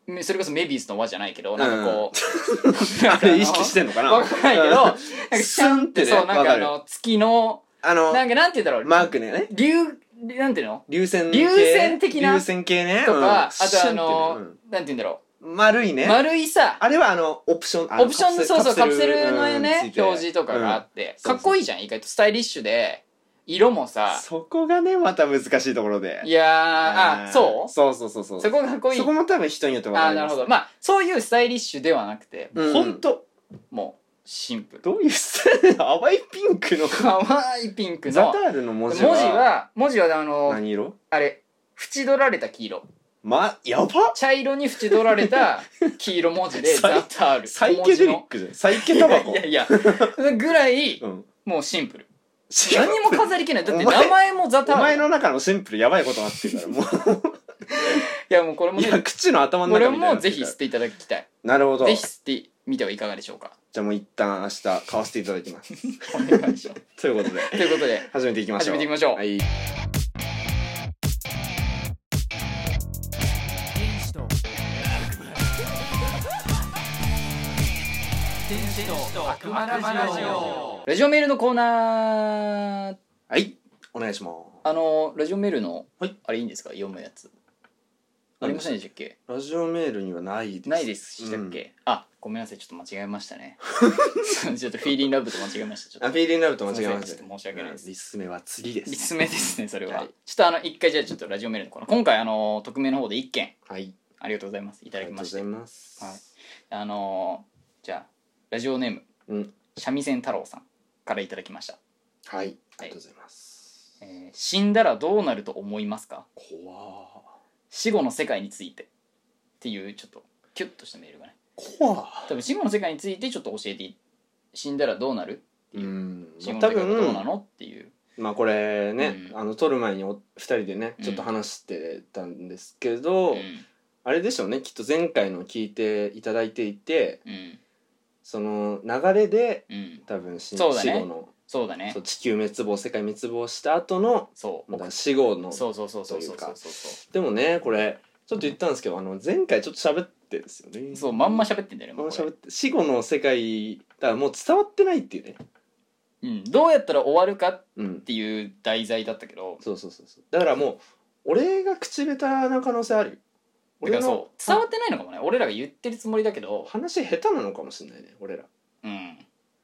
[SPEAKER 1] めそれこそメビウスの輪じゃないけどなんかこう、
[SPEAKER 3] あれ意識してんのかな
[SPEAKER 1] わかんないけどなんかシャンって
[SPEAKER 3] スンってね
[SPEAKER 1] そうなんかあ
[SPEAKER 3] わ
[SPEAKER 1] の月の
[SPEAKER 3] あの
[SPEAKER 1] なんかなんて言うんだろう
[SPEAKER 3] マークね
[SPEAKER 1] 竜なんていうの
[SPEAKER 3] 流線
[SPEAKER 1] 流線的な
[SPEAKER 3] 流線系ね
[SPEAKER 1] とか、
[SPEAKER 3] うん
[SPEAKER 1] あ
[SPEAKER 3] シュンっ
[SPEAKER 1] と
[SPEAKER 3] て
[SPEAKER 1] あ
[SPEAKER 3] ね
[SPEAKER 1] の、なんて言うんだろ、
[SPEAKER 3] うん丸いうね
[SPEAKER 1] 丸いさ
[SPEAKER 3] あれはあのオプションあの
[SPEAKER 1] オプションのそうそうカプセルの
[SPEAKER 3] う
[SPEAKER 1] ね
[SPEAKER 3] んついて
[SPEAKER 1] 表示とかがあって、
[SPEAKER 3] そうそう
[SPEAKER 1] かっこいいじゃん意外とスタイリッシュで色も
[SPEAKER 3] うん
[SPEAKER 1] さ
[SPEAKER 3] そこがねまた難しいところで
[SPEAKER 1] いやーあ
[SPEAKER 3] ん
[SPEAKER 1] そう
[SPEAKER 3] そうそうそうそう
[SPEAKER 1] そこがかっこいい
[SPEAKER 3] そこも多分人によって分
[SPEAKER 1] あ
[SPEAKER 3] か
[SPEAKER 1] ー
[SPEAKER 3] れ
[SPEAKER 1] な
[SPEAKER 3] ま
[SPEAKER 1] る
[SPEAKER 3] す
[SPEAKER 1] ほどまあそういうスタイリッシュではなくて、
[SPEAKER 3] うん
[SPEAKER 1] ほんともうシンプル
[SPEAKER 3] どういうスタイル淡いピン クの
[SPEAKER 1] 可愛いピンク
[SPEAKER 3] ザ
[SPEAKER 1] の
[SPEAKER 3] タールの
[SPEAKER 1] 文
[SPEAKER 3] 文字
[SPEAKER 1] 字
[SPEAKER 3] は
[SPEAKER 1] は文字はあの
[SPEAKER 3] 何色
[SPEAKER 1] あれ縁取られた黄色
[SPEAKER 3] まやば
[SPEAKER 1] 茶色に縁取られた黄色文 字で
[SPEAKER 3] サイ
[SPEAKER 1] ザ・タール
[SPEAKER 3] サイ
[SPEAKER 1] 小
[SPEAKER 3] ケ
[SPEAKER 1] 文字
[SPEAKER 3] デリッ
[SPEAKER 1] の
[SPEAKER 3] クじゃんサイケタバコ
[SPEAKER 1] いやいやぐらい
[SPEAKER 3] うん
[SPEAKER 1] もうシンプル
[SPEAKER 3] シンプル
[SPEAKER 1] 何も飾りきないだって
[SPEAKER 3] お前
[SPEAKER 1] 名前もザ・タ
[SPEAKER 3] お
[SPEAKER 1] ー
[SPEAKER 3] 前
[SPEAKER 1] ル
[SPEAKER 3] の中のシンプルやばいことになってるから も
[SPEAKER 1] いやもうこれ
[SPEAKER 3] う
[SPEAKER 1] も
[SPEAKER 3] い
[SPEAKER 1] ね
[SPEAKER 3] や口の頭の
[SPEAKER 1] こ
[SPEAKER 3] 中
[SPEAKER 1] れ
[SPEAKER 3] みたいにな
[SPEAKER 1] も
[SPEAKER 3] っ
[SPEAKER 1] ぜ
[SPEAKER 3] てるか
[SPEAKER 1] ひ
[SPEAKER 3] ら
[SPEAKER 1] 吸っていただきたい
[SPEAKER 3] なるほど
[SPEAKER 1] ぜひ吸ってみてはいかがでしょうか
[SPEAKER 3] じゃあもう一旦明日買わせていただきます
[SPEAKER 1] お願いし ます
[SPEAKER 3] ということで
[SPEAKER 1] ということで
[SPEAKER 3] 始めていきまし
[SPEAKER 1] 始
[SPEAKER 3] ょう
[SPEAKER 1] めていきましょう、
[SPEAKER 3] はい
[SPEAKER 1] 悪魔ラジオラジオメールのコーナー
[SPEAKER 3] はいお願いします
[SPEAKER 1] あのラジオメールの、
[SPEAKER 3] はい
[SPEAKER 1] あれいいんですか読むやつありませんでしたっけ
[SPEAKER 3] ラジオメールにはないです
[SPEAKER 1] ないですしたっけ、あごめんなさいちょっと間違えましたね ちょっとフィーリンラブと間違えましたちょ
[SPEAKER 3] ア
[SPEAKER 1] っ
[SPEAKER 3] フィリーになると間違えまし
[SPEAKER 1] すいませんちょっと申し訳ないです
[SPEAKER 3] リスメは釣りで
[SPEAKER 1] と
[SPEAKER 3] す
[SPEAKER 1] リス目ですねそれは、
[SPEAKER 3] はい
[SPEAKER 1] ちょっとあの一回じゃあちょっとラジオメールのコーナー今回あの匿名の方で一件
[SPEAKER 3] はい
[SPEAKER 1] ありがとうございますいた
[SPEAKER 3] あ
[SPEAKER 1] だ
[SPEAKER 3] り
[SPEAKER 1] き
[SPEAKER 3] が
[SPEAKER 1] ま
[SPEAKER 3] とうご
[SPEAKER 1] し
[SPEAKER 3] ざ
[SPEAKER 1] て
[SPEAKER 3] います
[SPEAKER 1] はいあのーじゃあラジオネーム、
[SPEAKER 3] うん
[SPEAKER 1] 三味線太郎さんからいただきました、
[SPEAKER 3] はいありがとうございます
[SPEAKER 1] えー死んだらどうなると思いますか
[SPEAKER 3] 怖ー
[SPEAKER 1] 死後の世界についてっていうちょっとキュッとしたメールがね
[SPEAKER 3] 怖ー
[SPEAKER 1] 多分死後の世界についてちょっと教えてい死んだらどうなる
[SPEAKER 3] うん
[SPEAKER 1] 死後の
[SPEAKER 3] 多
[SPEAKER 1] 世界はどうな
[SPEAKER 3] 分
[SPEAKER 1] のっていう
[SPEAKER 3] まあこれね、
[SPEAKER 1] うん
[SPEAKER 3] あの撮る前にお二人でね
[SPEAKER 1] うん
[SPEAKER 3] ちょっと話してたんですけど、
[SPEAKER 1] うん
[SPEAKER 3] あれでしょうねきっと前回の聞いていただいていて
[SPEAKER 1] うん
[SPEAKER 3] その流れで
[SPEAKER 1] うん
[SPEAKER 3] 多分死,、
[SPEAKER 1] そうだね
[SPEAKER 3] 死後の
[SPEAKER 1] そうだね
[SPEAKER 3] そう地球滅亡世界滅亡した後の
[SPEAKER 1] そう
[SPEAKER 3] まだ死後の
[SPEAKER 1] そうそうそうそうそうそうそう
[SPEAKER 3] でもねこれちょっと言ったんですけどあの前回ちょっと喋っってですよね
[SPEAKER 1] そうまんま喋ってんだよね
[SPEAKER 3] ま
[SPEAKER 1] も
[SPEAKER 3] ん
[SPEAKER 1] う
[SPEAKER 3] ま
[SPEAKER 1] こ
[SPEAKER 3] 喋
[SPEAKER 1] れ
[SPEAKER 3] って死後の世界だからもう伝わってないっていうね
[SPEAKER 1] うん、どうやったら終わるかっ
[SPEAKER 3] うん
[SPEAKER 1] ていう題材だったけど
[SPEAKER 3] そうそうそうそうだからもう俺が口下手な可能性あるよ
[SPEAKER 1] だから
[SPEAKER 3] 俺
[SPEAKER 1] そ
[SPEAKER 3] の
[SPEAKER 1] う伝わってないのかもね俺らが言ってるつもりだけど、
[SPEAKER 3] 話下手なのかもしれないね俺ら
[SPEAKER 1] うん、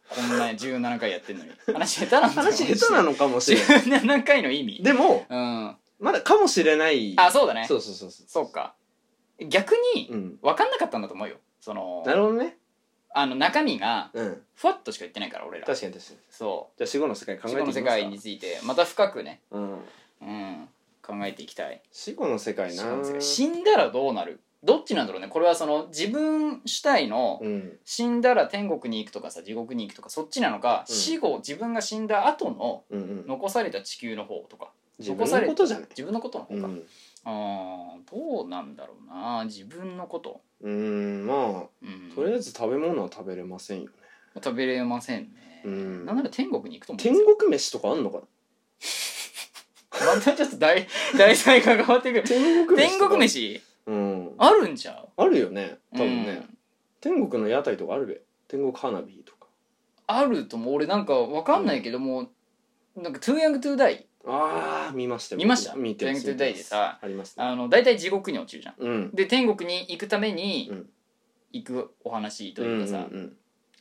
[SPEAKER 1] こんな17回やってん のに話下手なんだ
[SPEAKER 3] 話下手な
[SPEAKER 1] の
[SPEAKER 3] のかもしれない
[SPEAKER 1] 17回の意味
[SPEAKER 3] でも
[SPEAKER 1] うんあ
[SPEAKER 3] まだかもしれない
[SPEAKER 1] そうだね
[SPEAKER 3] そうそうそうそう
[SPEAKER 1] そうか逆に
[SPEAKER 3] うん
[SPEAKER 1] 分かんなかったんだと思うよその
[SPEAKER 3] なるほどね
[SPEAKER 1] あの中身が
[SPEAKER 3] うん
[SPEAKER 1] ふわっとしか言ってないから俺ら
[SPEAKER 3] 確かに確かにじ
[SPEAKER 1] そ
[SPEAKER 3] ゃあ死後の世界考
[SPEAKER 1] う
[SPEAKER 3] えて
[SPEAKER 1] 自己の
[SPEAKER 3] いきます
[SPEAKER 1] 世
[SPEAKER 3] か
[SPEAKER 1] 界についてまた深くね、
[SPEAKER 3] うん
[SPEAKER 1] うん、考えていきたい
[SPEAKER 3] 死後の世界な
[SPEAKER 1] 死んだらどうなるどっちなんだろうねこれはその自分主体の
[SPEAKER 3] うん
[SPEAKER 1] 死んだら天国に行くとかさ地獄に行くとかそっちなのか、
[SPEAKER 3] うん
[SPEAKER 1] 死後自分が死んだ後の
[SPEAKER 3] うんうん
[SPEAKER 1] 残された地球の方とか
[SPEAKER 3] 自分のことじゃない
[SPEAKER 1] 自分のことの
[SPEAKER 3] う
[SPEAKER 1] 方か、
[SPEAKER 3] ん
[SPEAKER 1] あーどうなんだろうな自分のこと、
[SPEAKER 3] うんま
[SPEAKER 1] うん
[SPEAKER 3] あとりあえず食べ物は食べれませんよね
[SPEAKER 1] 食べれません
[SPEAKER 3] う
[SPEAKER 1] ね、
[SPEAKER 3] ん
[SPEAKER 1] なんなら天国に行くと思うんです
[SPEAKER 3] 天
[SPEAKER 1] よ
[SPEAKER 3] 国飯とかあんのかな
[SPEAKER 1] ま たちょっと題題材が変わってくる
[SPEAKER 3] 天国飯
[SPEAKER 1] 天
[SPEAKER 3] とか
[SPEAKER 1] 国飯
[SPEAKER 3] うん
[SPEAKER 1] あるんじゃん
[SPEAKER 3] あるよね多分
[SPEAKER 1] う
[SPEAKER 3] ね
[SPEAKER 1] ん
[SPEAKER 3] 天国の屋台とかあるべ天国花火とか
[SPEAKER 1] あるとも俺なんかわかんないけども、なんか「Too Young to Die
[SPEAKER 3] ああ見ましたよ
[SPEAKER 1] 見ました
[SPEAKER 3] 見てます
[SPEAKER 1] Thank you today でさ
[SPEAKER 3] あります」ね
[SPEAKER 1] あの大体地獄に落ちるじゃん
[SPEAKER 3] うん
[SPEAKER 1] で天国に行くために
[SPEAKER 3] うん
[SPEAKER 1] 行くお話というかさ、
[SPEAKER 3] うん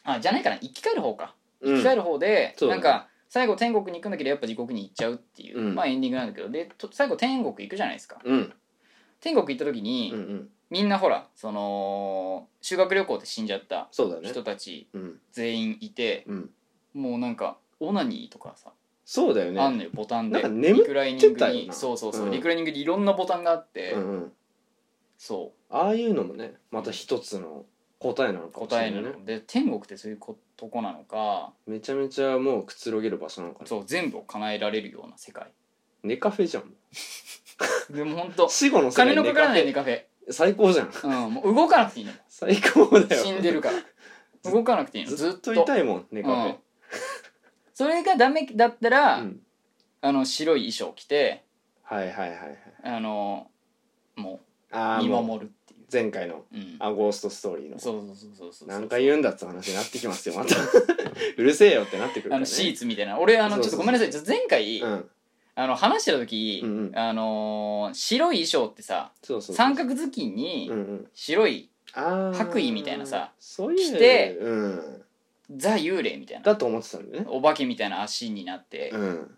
[SPEAKER 1] あじゃないかな生き返る方か
[SPEAKER 3] うん
[SPEAKER 1] 生き返る方で、
[SPEAKER 3] そうだ
[SPEAKER 1] な
[SPEAKER 3] ね
[SPEAKER 1] んか最後天国に行くんだけどやっぱ地獄に行っちゃうっていう、
[SPEAKER 3] うん
[SPEAKER 1] まあエンディングなんだけどでと最後天国行くじゃないですか
[SPEAKER 3] うん
[SPEAKER 1] 天国行った時に、
[SPEAKER 3] うんうん
[SPEAKER 1] みんなほらその修学旅行で死んじゃった
[SPEAKER 3] そうだね
[SPEAKER 1] 人たち
[SPEAKER 3] うん
[SPEAKER 1] 全員いて、
[SPEAKER 3] うん
[SPEAKER 1] もうなんかオナニーとかさ、
[SPEAKER 3] そうだよ
[SPEAKER 1] あ
[SPEAKER 3] ね
[SPEAKER 1] んのよボタン
[SPEAKER 3] な
[SPEAKER 1] で
[SPEAKER 3] んか眠
[SPEAKER 1] リクライニン
[SPEAKER 3] って
[SPEAKER 1] グ
[SPEAKER 3] たよ
[SPEAKER 1] に
[SPEAKER 3] な
[SPEAKER 1] そうそうそう、
[SPEAKER 3] うん
[SPEAKER 1] リクライニングにいろんなボタンがあって、
[SPEAKER 3] うんうん
[SPEAKER 1] そ
[SPEAKER 3] ああいうのもねまた一つの答えなの
[SPEAKER 1] う
[SPEAKER 3] かもしれ
[SPEAKER 1] 答
[SPEAKER 3] な
[SPEAKER 1] え
[SPEAKER 3] い
[SPEAKER 1] な
[SPEAKER 3] ね
[SPEAKER 1] ので天国ってそういうことこなのか
[SPEAKER 3] めちゃめちゃもうくつろげる場所なのかな
[SPEAKER 1] そう全部を叶えられるような世 界
[SPEAKER 3] 寝カフェじゃんも
[SPEAKER 1] でも本
[SPEAKER 3] う
[SPEAKER 1] 当
[SPEAKER 3] 死後の世
[SPEAKER 1] 金
[SPEAKER 3] 界
[SPEAKER 1] のかからない
[SPEAKER 3] 寝
[SPEAKER 1] ネカフェ、
[SPEAKER 3] カフェ最高じゃん
[SPEAKER 1] うん、もう動かなくていいの
[SPEAKER 3] 最高だよ
[SPEAKER 1] 死んでるから動かなくていいのず
[SPEAKER 3] ず
[SPEAKER 1] っ
[SPEAKER 3] っ
[SPEAKER 1] と
[SPEAKER 3] と痛いもん寝カフ
[SPEAKER 1] うんそれがダメだったら、
[SPEAKER 3] ェうん
[SPEAKER 1] あの白い衣装着て
[SPEAKER 3] はいはいはいはい
[SPEAKER 1] あのも
[SPEAKER 3] あ
[SPEAKER 1] う
[SPEAKER 3] あ
[SPEAKER 1] 見
[SPEAKER 3] もう
[SPEAKER 1] 守るっていう
[SPEAKER 3] 前回の
[SPEAKER 1] うん
[SPEAKER 3] あゴーストストーリーの
[SPEAKER 1] そうそうそうそうそう
[SPEAKER 3] 何回言うんだって話になってきますよまた うるせえよってなってくるか
[SPEAKER 1] あ
[SPEAKER 3] らね
[SPEAKER 1] のシーツみたいな俺あの
[SPEAKER 3] そう
[SPEAKER 1] ちょっと
[SPEAKER 3] そうそ
[SPEAKER 1] ご
[SPEAKER 3] う
[SPEAKER 1] めんなさいちょっと前回、
[SPEAKER 3] うん
[SPEAKER 1] あの話してた時、
[SPEAKER 3] うんうん
[SPEAKER 1] あのー白い衣装ってさ
[SPEAKER 3] そうそうそう
[SPEAKER 1] 三角頭巾に
[SPEAKER 3] うんうん
[SPEAKER 1] 白い
[SPEAKER 3] あー
[SPEAKER 1] 白衣みたいなさ
[SPEAKER 3] そういう
[SPEAKER 1] 着て
[SPEAKER 3] うん
[SPEAKER 1] ザ幽霊みたいな
[SPEAKER 3] だと思ってたんだよね
[SPEAKER 1] お化けみたいな足になって、
[SPEAKER 3] うん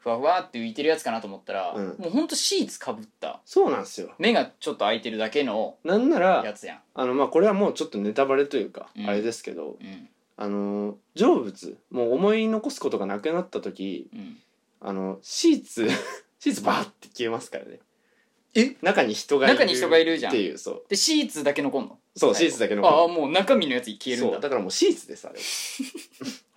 [SPEAKER 1] ふわふわって浮いてるやつかなと思ったら、
[SPEAKER 3] うん
[SPEAKER 1] もうほんとシーツかぶった
[SPEAKER 3] そうなんですよ
[SPEAKER 1] 目がちょっと開いてるだけの
[SPEAKER 3] なんな
[SPEAKER 1] や
[SPEAKER 3] ら
[SPEAKER 1] つやん、
[SPEAKER 3] あのまあこれはもうちょっとネタバレというか、
[SPEAKER 1] うん
[SPEAKER 3] あれですけど
[SPEAKER 1] うん
[SPEAKER 3] あの成仏もう思い残すことがなくなった時
[SPEAKER 1] うん、
[SPEAKER 3] あのシーツ シーツバーって消えますからね
[SPEAKER 1] え
[SPEAKER 3] 中に人がいる
[SPEAKER 1] 中に人がいるじゃん
[SPEAKER 3] っていうそう
[SPEAKER 1] でシーツだけ残んの
[SPEAKER 3] そうシーツだけ残る
[SPEAKER 1] ああもう中身のやつ消えるん
[SPEAKER 3] そ
[SPEAKER 1] だ
[SPEAKER 3] うだからもうシー ツですあれ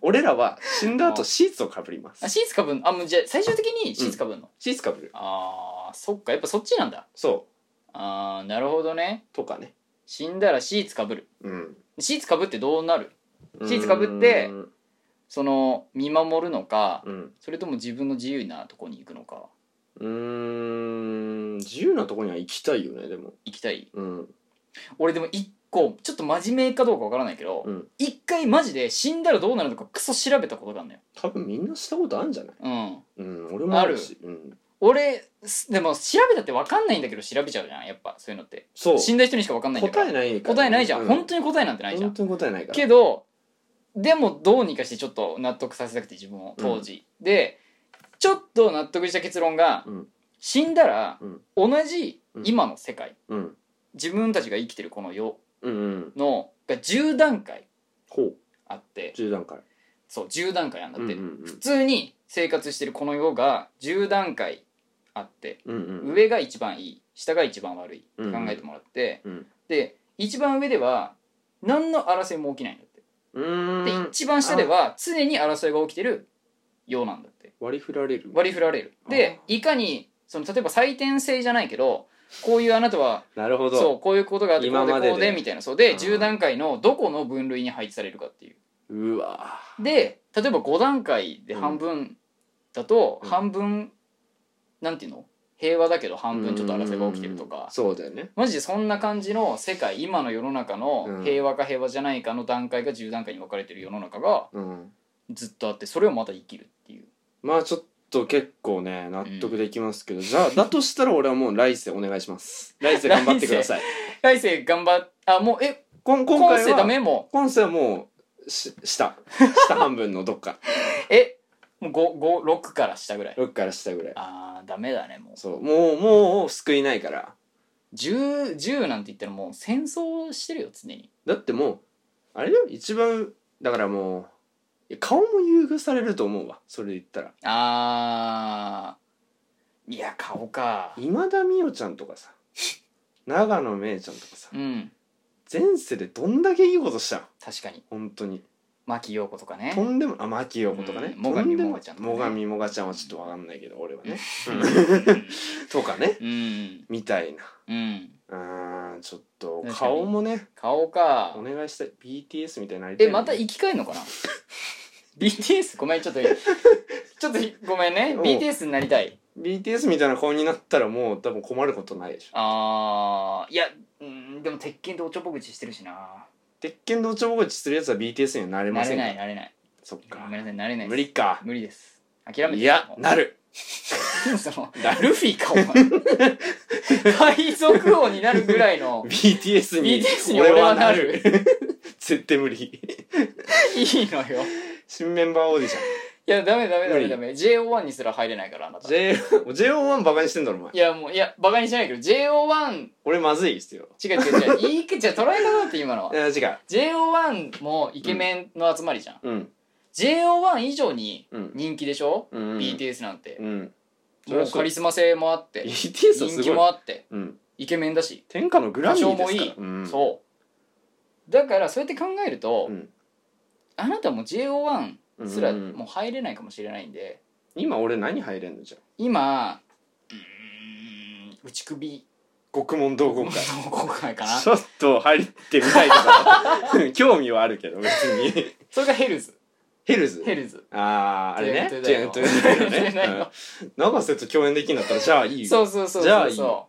[SPEAKER 3] 俺らは死んだ後シーツをかぶりま
[SPEAKER 1] あ
[SPEAKER 3] す
[SPEAKER 1] シーツかぶんあもうじゃあ最終的にシーツかぶんの、
[SPEAKER 3] シーツかぶる
[SPEAKER 1] あーそっかやっぱそっちなんだ
[SPEAKER 3] そ
[SPEAKER 1] あーなるほどね
[SPEAKER 3] うとかね
[SPEAKER 1] 死んだらシーツかぶる
[SPEAKER 3] うん
[SPEAKER 1] シーツかぶってどうなるシーツかぶって
[SPEAKER 3] うん
[SPEAKER 1] その見守るのか
[SPEAKER 3] うん
[SPEAKER 1] それとも自分の自由なとこに行くのか
[SPEAKER 3] うーん自由なとこには行きたいよねでも
[SPEAKER 1] 行きたい
[SPEAKER 3] うん
[SPEAKER 1] 俺でも一個ちょっと真面目かどうかわからないけど
[SPEAKER 3] うん
[SPEAKER 1] 一、回マジで死んだらどうなるのかクソ調べたことがあるのよ
[SPEAKER 3] 多分みんなしたことあるんじゃない
[SPEAKER 1] うん
[SPEAKER 3] うん俺もあるしうん
[SPEAKER 1] 俺すでも調べたってわかんないんだけど調べちゃうじゃんやっぱそういうのって
[SPEAKER 3] そう
[SPEAKER 1] 死んだ人にしかわかんないんだから
[SPEAKER 3] 答えないから
[SPEAKER 1] 答えないじゃん、
[SPEAKER 3] うん
[SPEAKER 1] 本当に答えなんてないじゃん
[SPEAKER 3] 本当に答えないから
[SPEAKER 1] けどでもどうにかしてちょっと納得させたくて自分を当時、でちょっと納得した結論が、
[SPEAKER 3] うん
[SPEAKER 1] 死んだら
[SPEAKER 3] うん
[SPEAKER 1] 同じ今の世界、
[SPEAKER 3] うん
[SPEAKER 1] 自分たちが生きてるこの世
[SPEAKER 3] うんうん
[SPEAKER 1] のが10段階
[SPEAKER 3] ほう
[SPEAKER 1] あって
[SPEAKER 3] 10段階
[SPEAKER 1] そう10段階あんだって、
[SPEAKER 3] うんうんうん
[SPEAKER 1] 普通に生活してるこの世が10段階あって
[SPEAKER 3] うんうん
[SPEAKER 1] 上が一番いい下が一番悪いって考えてもらって、
[SPEAKER 3] うん
[SPEAKER 1] で一番上では何の争いも起きないんだって
[SPEAKER 3] うー
[SPEAKER 1] で
[SPEAKER 3] ん
[SPEAKER 1] 一番下では常に争いが起きてるようなんだって
[SPEAKER 3] 割り振られる
[SPEAKER 1] 割り振られるでいかにその例えば採点制じゃないけどこういうあなたは
[SPEAKER 3] なるほど
[SPEAKER 1] そうこういうことがあってこ
[SPEAKER 3] 今
[SPEAKER 1] うでこ
[SPEAKER 3] までで
[SPEAKER 1] うでみたいなそうで
[SPEAKER 3] うん
[SPEAKER 1] 10段階のどこの分類に配置されるかっていう
[SPEAKER 3] うわ
[SPEAKER 1] で例えば5段階で半分だと
[SPEAKER 3] うん
[SPEAKER 1] 半分、なんていうの平和だけど半分ちょっと争いが起きてるとか
[SPEAKER 3] そうだよね
[SPEAKER 1] マジでそんな感じの世界今の世の中
[SPEAKER 3] うん
[SPEAKER 1] の平和か平和じゃないかの段階が10段階に分かれてる世の中が
[SPEAKER 3] うん
[SPEAKER 1] ずっとあってそれをまた生きるっていう
[SPEAKER 3] まあちょっと結構ね納得できますけど、じゃあだとしたら俺はもう来世お願いします来世頑張ってください
[SPEAKER 1] 来世頑張っあもうえ
[SPEAKER 3] 今今
[SPEAKER 1] 今
[SPEAKER 3] 回
[SPEAKER 1] 世ダ
[SPEAKER 3] は
[SPEAKER 1] メも
[SPEAKER 3] 今世はもうし下下半分のどっか
[SPEAKER 1] うえもう5 5 6から下ぐらい
[SPEAKER 3] 6から下ぐらい
[SPEAKER 1] あーダメだねもう
[SPEAKER 3] そうもうもう救いないから
[SPEAKER 1] 10, 10なんて言ったらもう戦争してるよ常に
[SPEAKER 3] だってもうあれだよ一番だからもういや顔も優遇されると思うわそれで言ったら
[SPEAKER 1] あーいや顔か
[SPEAKER 3] 今田美桜ちゃんとかさ長野めいちゃんとかさ
[SPEAKER 1] うん
[SPEAKER 3] 前世でどんだけいいことしたん
[SPEAKER 1] 確かに
[SPEAKER 3] 本当に
[SPEAKER 1] 牧陽子とかね
[SPEAKER 3] とんでもあ牧陽子とかね
[SPEAKER 1] うん最上も
[SPEAKER 3] も
[SPEAKER 1] がちゃんとかね
[SPEAKER 3] もがみもがちゃんはちょっとわかんないけど俺はねとかね
[SPEAKER 1] うん
[SPEAKER 3] みたいな
[SPEAKER 1] うん
[SPEAKER 3] うーんちょっと
[SPEAKER 1] 確かに
[SPEAKER 3] 顔もね
[SPEAKER 1] 顔か
[SPEAKER 3] お願いしたい BTS みたいになりたい
[SPEAKER 1] え
[SPEAKER 3] よね
[SPEAKER 1] また生き返るのかな BTS ごめんちょっとちょっとひごめんね
[SPEAKER 3] うん
[SPEAKER 1] BTS になりたい
[SPEAKER 3] BTS みたいな顔になったらもう多分困ることないでしょ
[SPEAKER 1] あーいやうんでも鉄拳でおちょぼ口してるしな
[SPEAKER 3] 鉄拳でおちょぼ口するやつは BTS にはなれま
[SPEAKER 1] なれ
[SPEAKER 3] せんか
[SPEAKER 1] ないなれない
[SPEAKER 3] そっ
[SPEAKER 1] ご
[SPEAKER 3] か
[SPEAKER 1] めんなさいなれないです
[SPEAKER 3] 無理か
[SPEAKER 1] 無理です諦めて
[SPEAKER 3] いや
[SPEAKER 1] もう
[SPEAKER 3] なる
[SPEAKER 1] そのルフィかお 前海賊王になるぐらいの
[SPEAKER 3] BTS に
[SPEAKER 1] BTS に俺はなる
[SPEAKER 3] 俺はなる 絶対無理
[SPEAKER 1] いいのよ
[SPEAKER 3] 新メンバーオーディション
[SPEAKER 1] いやダメダメダ
[SPEAKER 3] 無
[SPEAKER 1] メ
[SPEAKER 3] 理
[SPEAKER 1] ダメ JO1 にすら入れないからあなたい
[SPEAKER 3] J- JO1 バカにしてんだろお前
[SPEAKER 1] やもういやバカにしないけど JO1
[SPEAKER 3] 俺まずいですよ
[SPEAKER 1] 違う違う違 ういいけじゃあ捉え方だって今のは
[SPEAKER 3] あ違う
[SPEAKER 1] JO1 もイケメンの集まりじゃん、
[SPEAKER 3] うん
[SPEAKER 1] JO1 以上に
[SPEAKER 3] うん
[SPEAKER 1] 人気でしょ、
[SPEAKER 3] うん
[SPEAKER 1] BTS なんて
[SPEAKER 3] う、ん
[SPEAKER 1] もうカリスマ性もあって
[SPEAKER 3] BTS
[SPEAKER 1] 人
[SPEAKER 3] はす
[SPEAKER 1] 気
[SPEAKER 3] ごい
[SPEAKER 1] もあって
[SPEAKER 3] うん
[SPEAKER 1] イケメンだし、
[SPEAKER 3] 天下のグラミーですから
[SPEAKER 1] 多少もいい
[SPEAKER 3] うん
[SPEAKER 1] そうだからそうやって考えると、
[SPEAKER 3] うん
[SPEAKER 1] あなたも JO1 すらも
[SPEAKER 3] う
[SPEAKER 1] う入れないかもしれないんで
[SPEAKER 3] 今俺何入れんのじゃん
[SPEAKER 1] 今うーん内首
[SPEAKER 3] 獄門同好
[SPEAKER 1] 同
[SPEAKER 3] 会
[SPEAKER 1] 好会かな
[SPEAKER 3] ちょっと入ってみたい けど興味はあるけど別に
[SPEAKER 1] それがヘルズ
[SPEAKER 3] ヘルズ
[SPEAKER 1] ヘルズ
[SPEAKER 3] あーあれね
[SPEAKER 1] ジ
[SPEAKER 3] ジ
[SPEAKER 1] ェー
[SPEAKER 3] ェ
[SPEAKER 1] ン
[SPEAKER 3] ン
[SPEAKER 1] ト
[SPEAKER 3] ト
[SPEAKER 1] ゥ
[SPEAKER 3] ゥ
[SPEAKER 1] ー
[SPEAKER 3] ー
[SPEAKER 1] ダイの
[SPEAKER 3] ダイの
[SPEAKER 1] ジェーントゥーダイ
[SPEAKER 3] ね
[SPEAKER 1] の
[SPEAKER 3] うん永瀬と共演できるんだったらじゃあいいよ
[SPEAKER 1] そうそうそう
[SPEAKER 3] じゃあ
[SPEAKER 1] そ
[SPEAKER 3] いうい
[SPEAKER 1] そ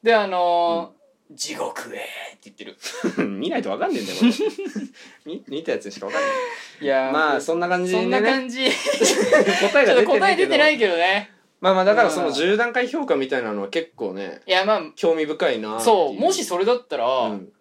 [SPEAKER 1] うであのー地獄へ」って言ってる
[SPEAKER 3] 見ないと分かんねえんだ よこれ見見たやつにしか分かんない
[SPEAKER 1] いやー
[SPEAKER 3] まあそんな感じ
[SPEAKER 1] そ
[SPEAKER 3] で
[SPEAKER 1] んな
[SPEAKER 3] ね
[SPEAKER 1] 感じち
[SPEAKER 3] 答
[SPEAKER 1] ょっ
[SPEAKER 3] えが出
[SPEAKER 1] と
[SPEAKER 3] てな
[SPEAKER 1] 答
[SPEAKER 3] い
[SPEAKER 1] え出
[SPEAKER 3] けど
[SPEAKER 1] てないけどね
[SPEAKER 3] まあまあだからその
[SPEAKER 1] うん
[SPEAKER 3] 10段階評価みたいなのは結構ね
[SPEAKER 1] いやま
[SPEAKER 3] 興味深いな
[SPEAKER 1] あ
[SPEAKER 3] ってい
[SPEAKER 1] そうもしそれだったら、
[SPEAKER 3] うん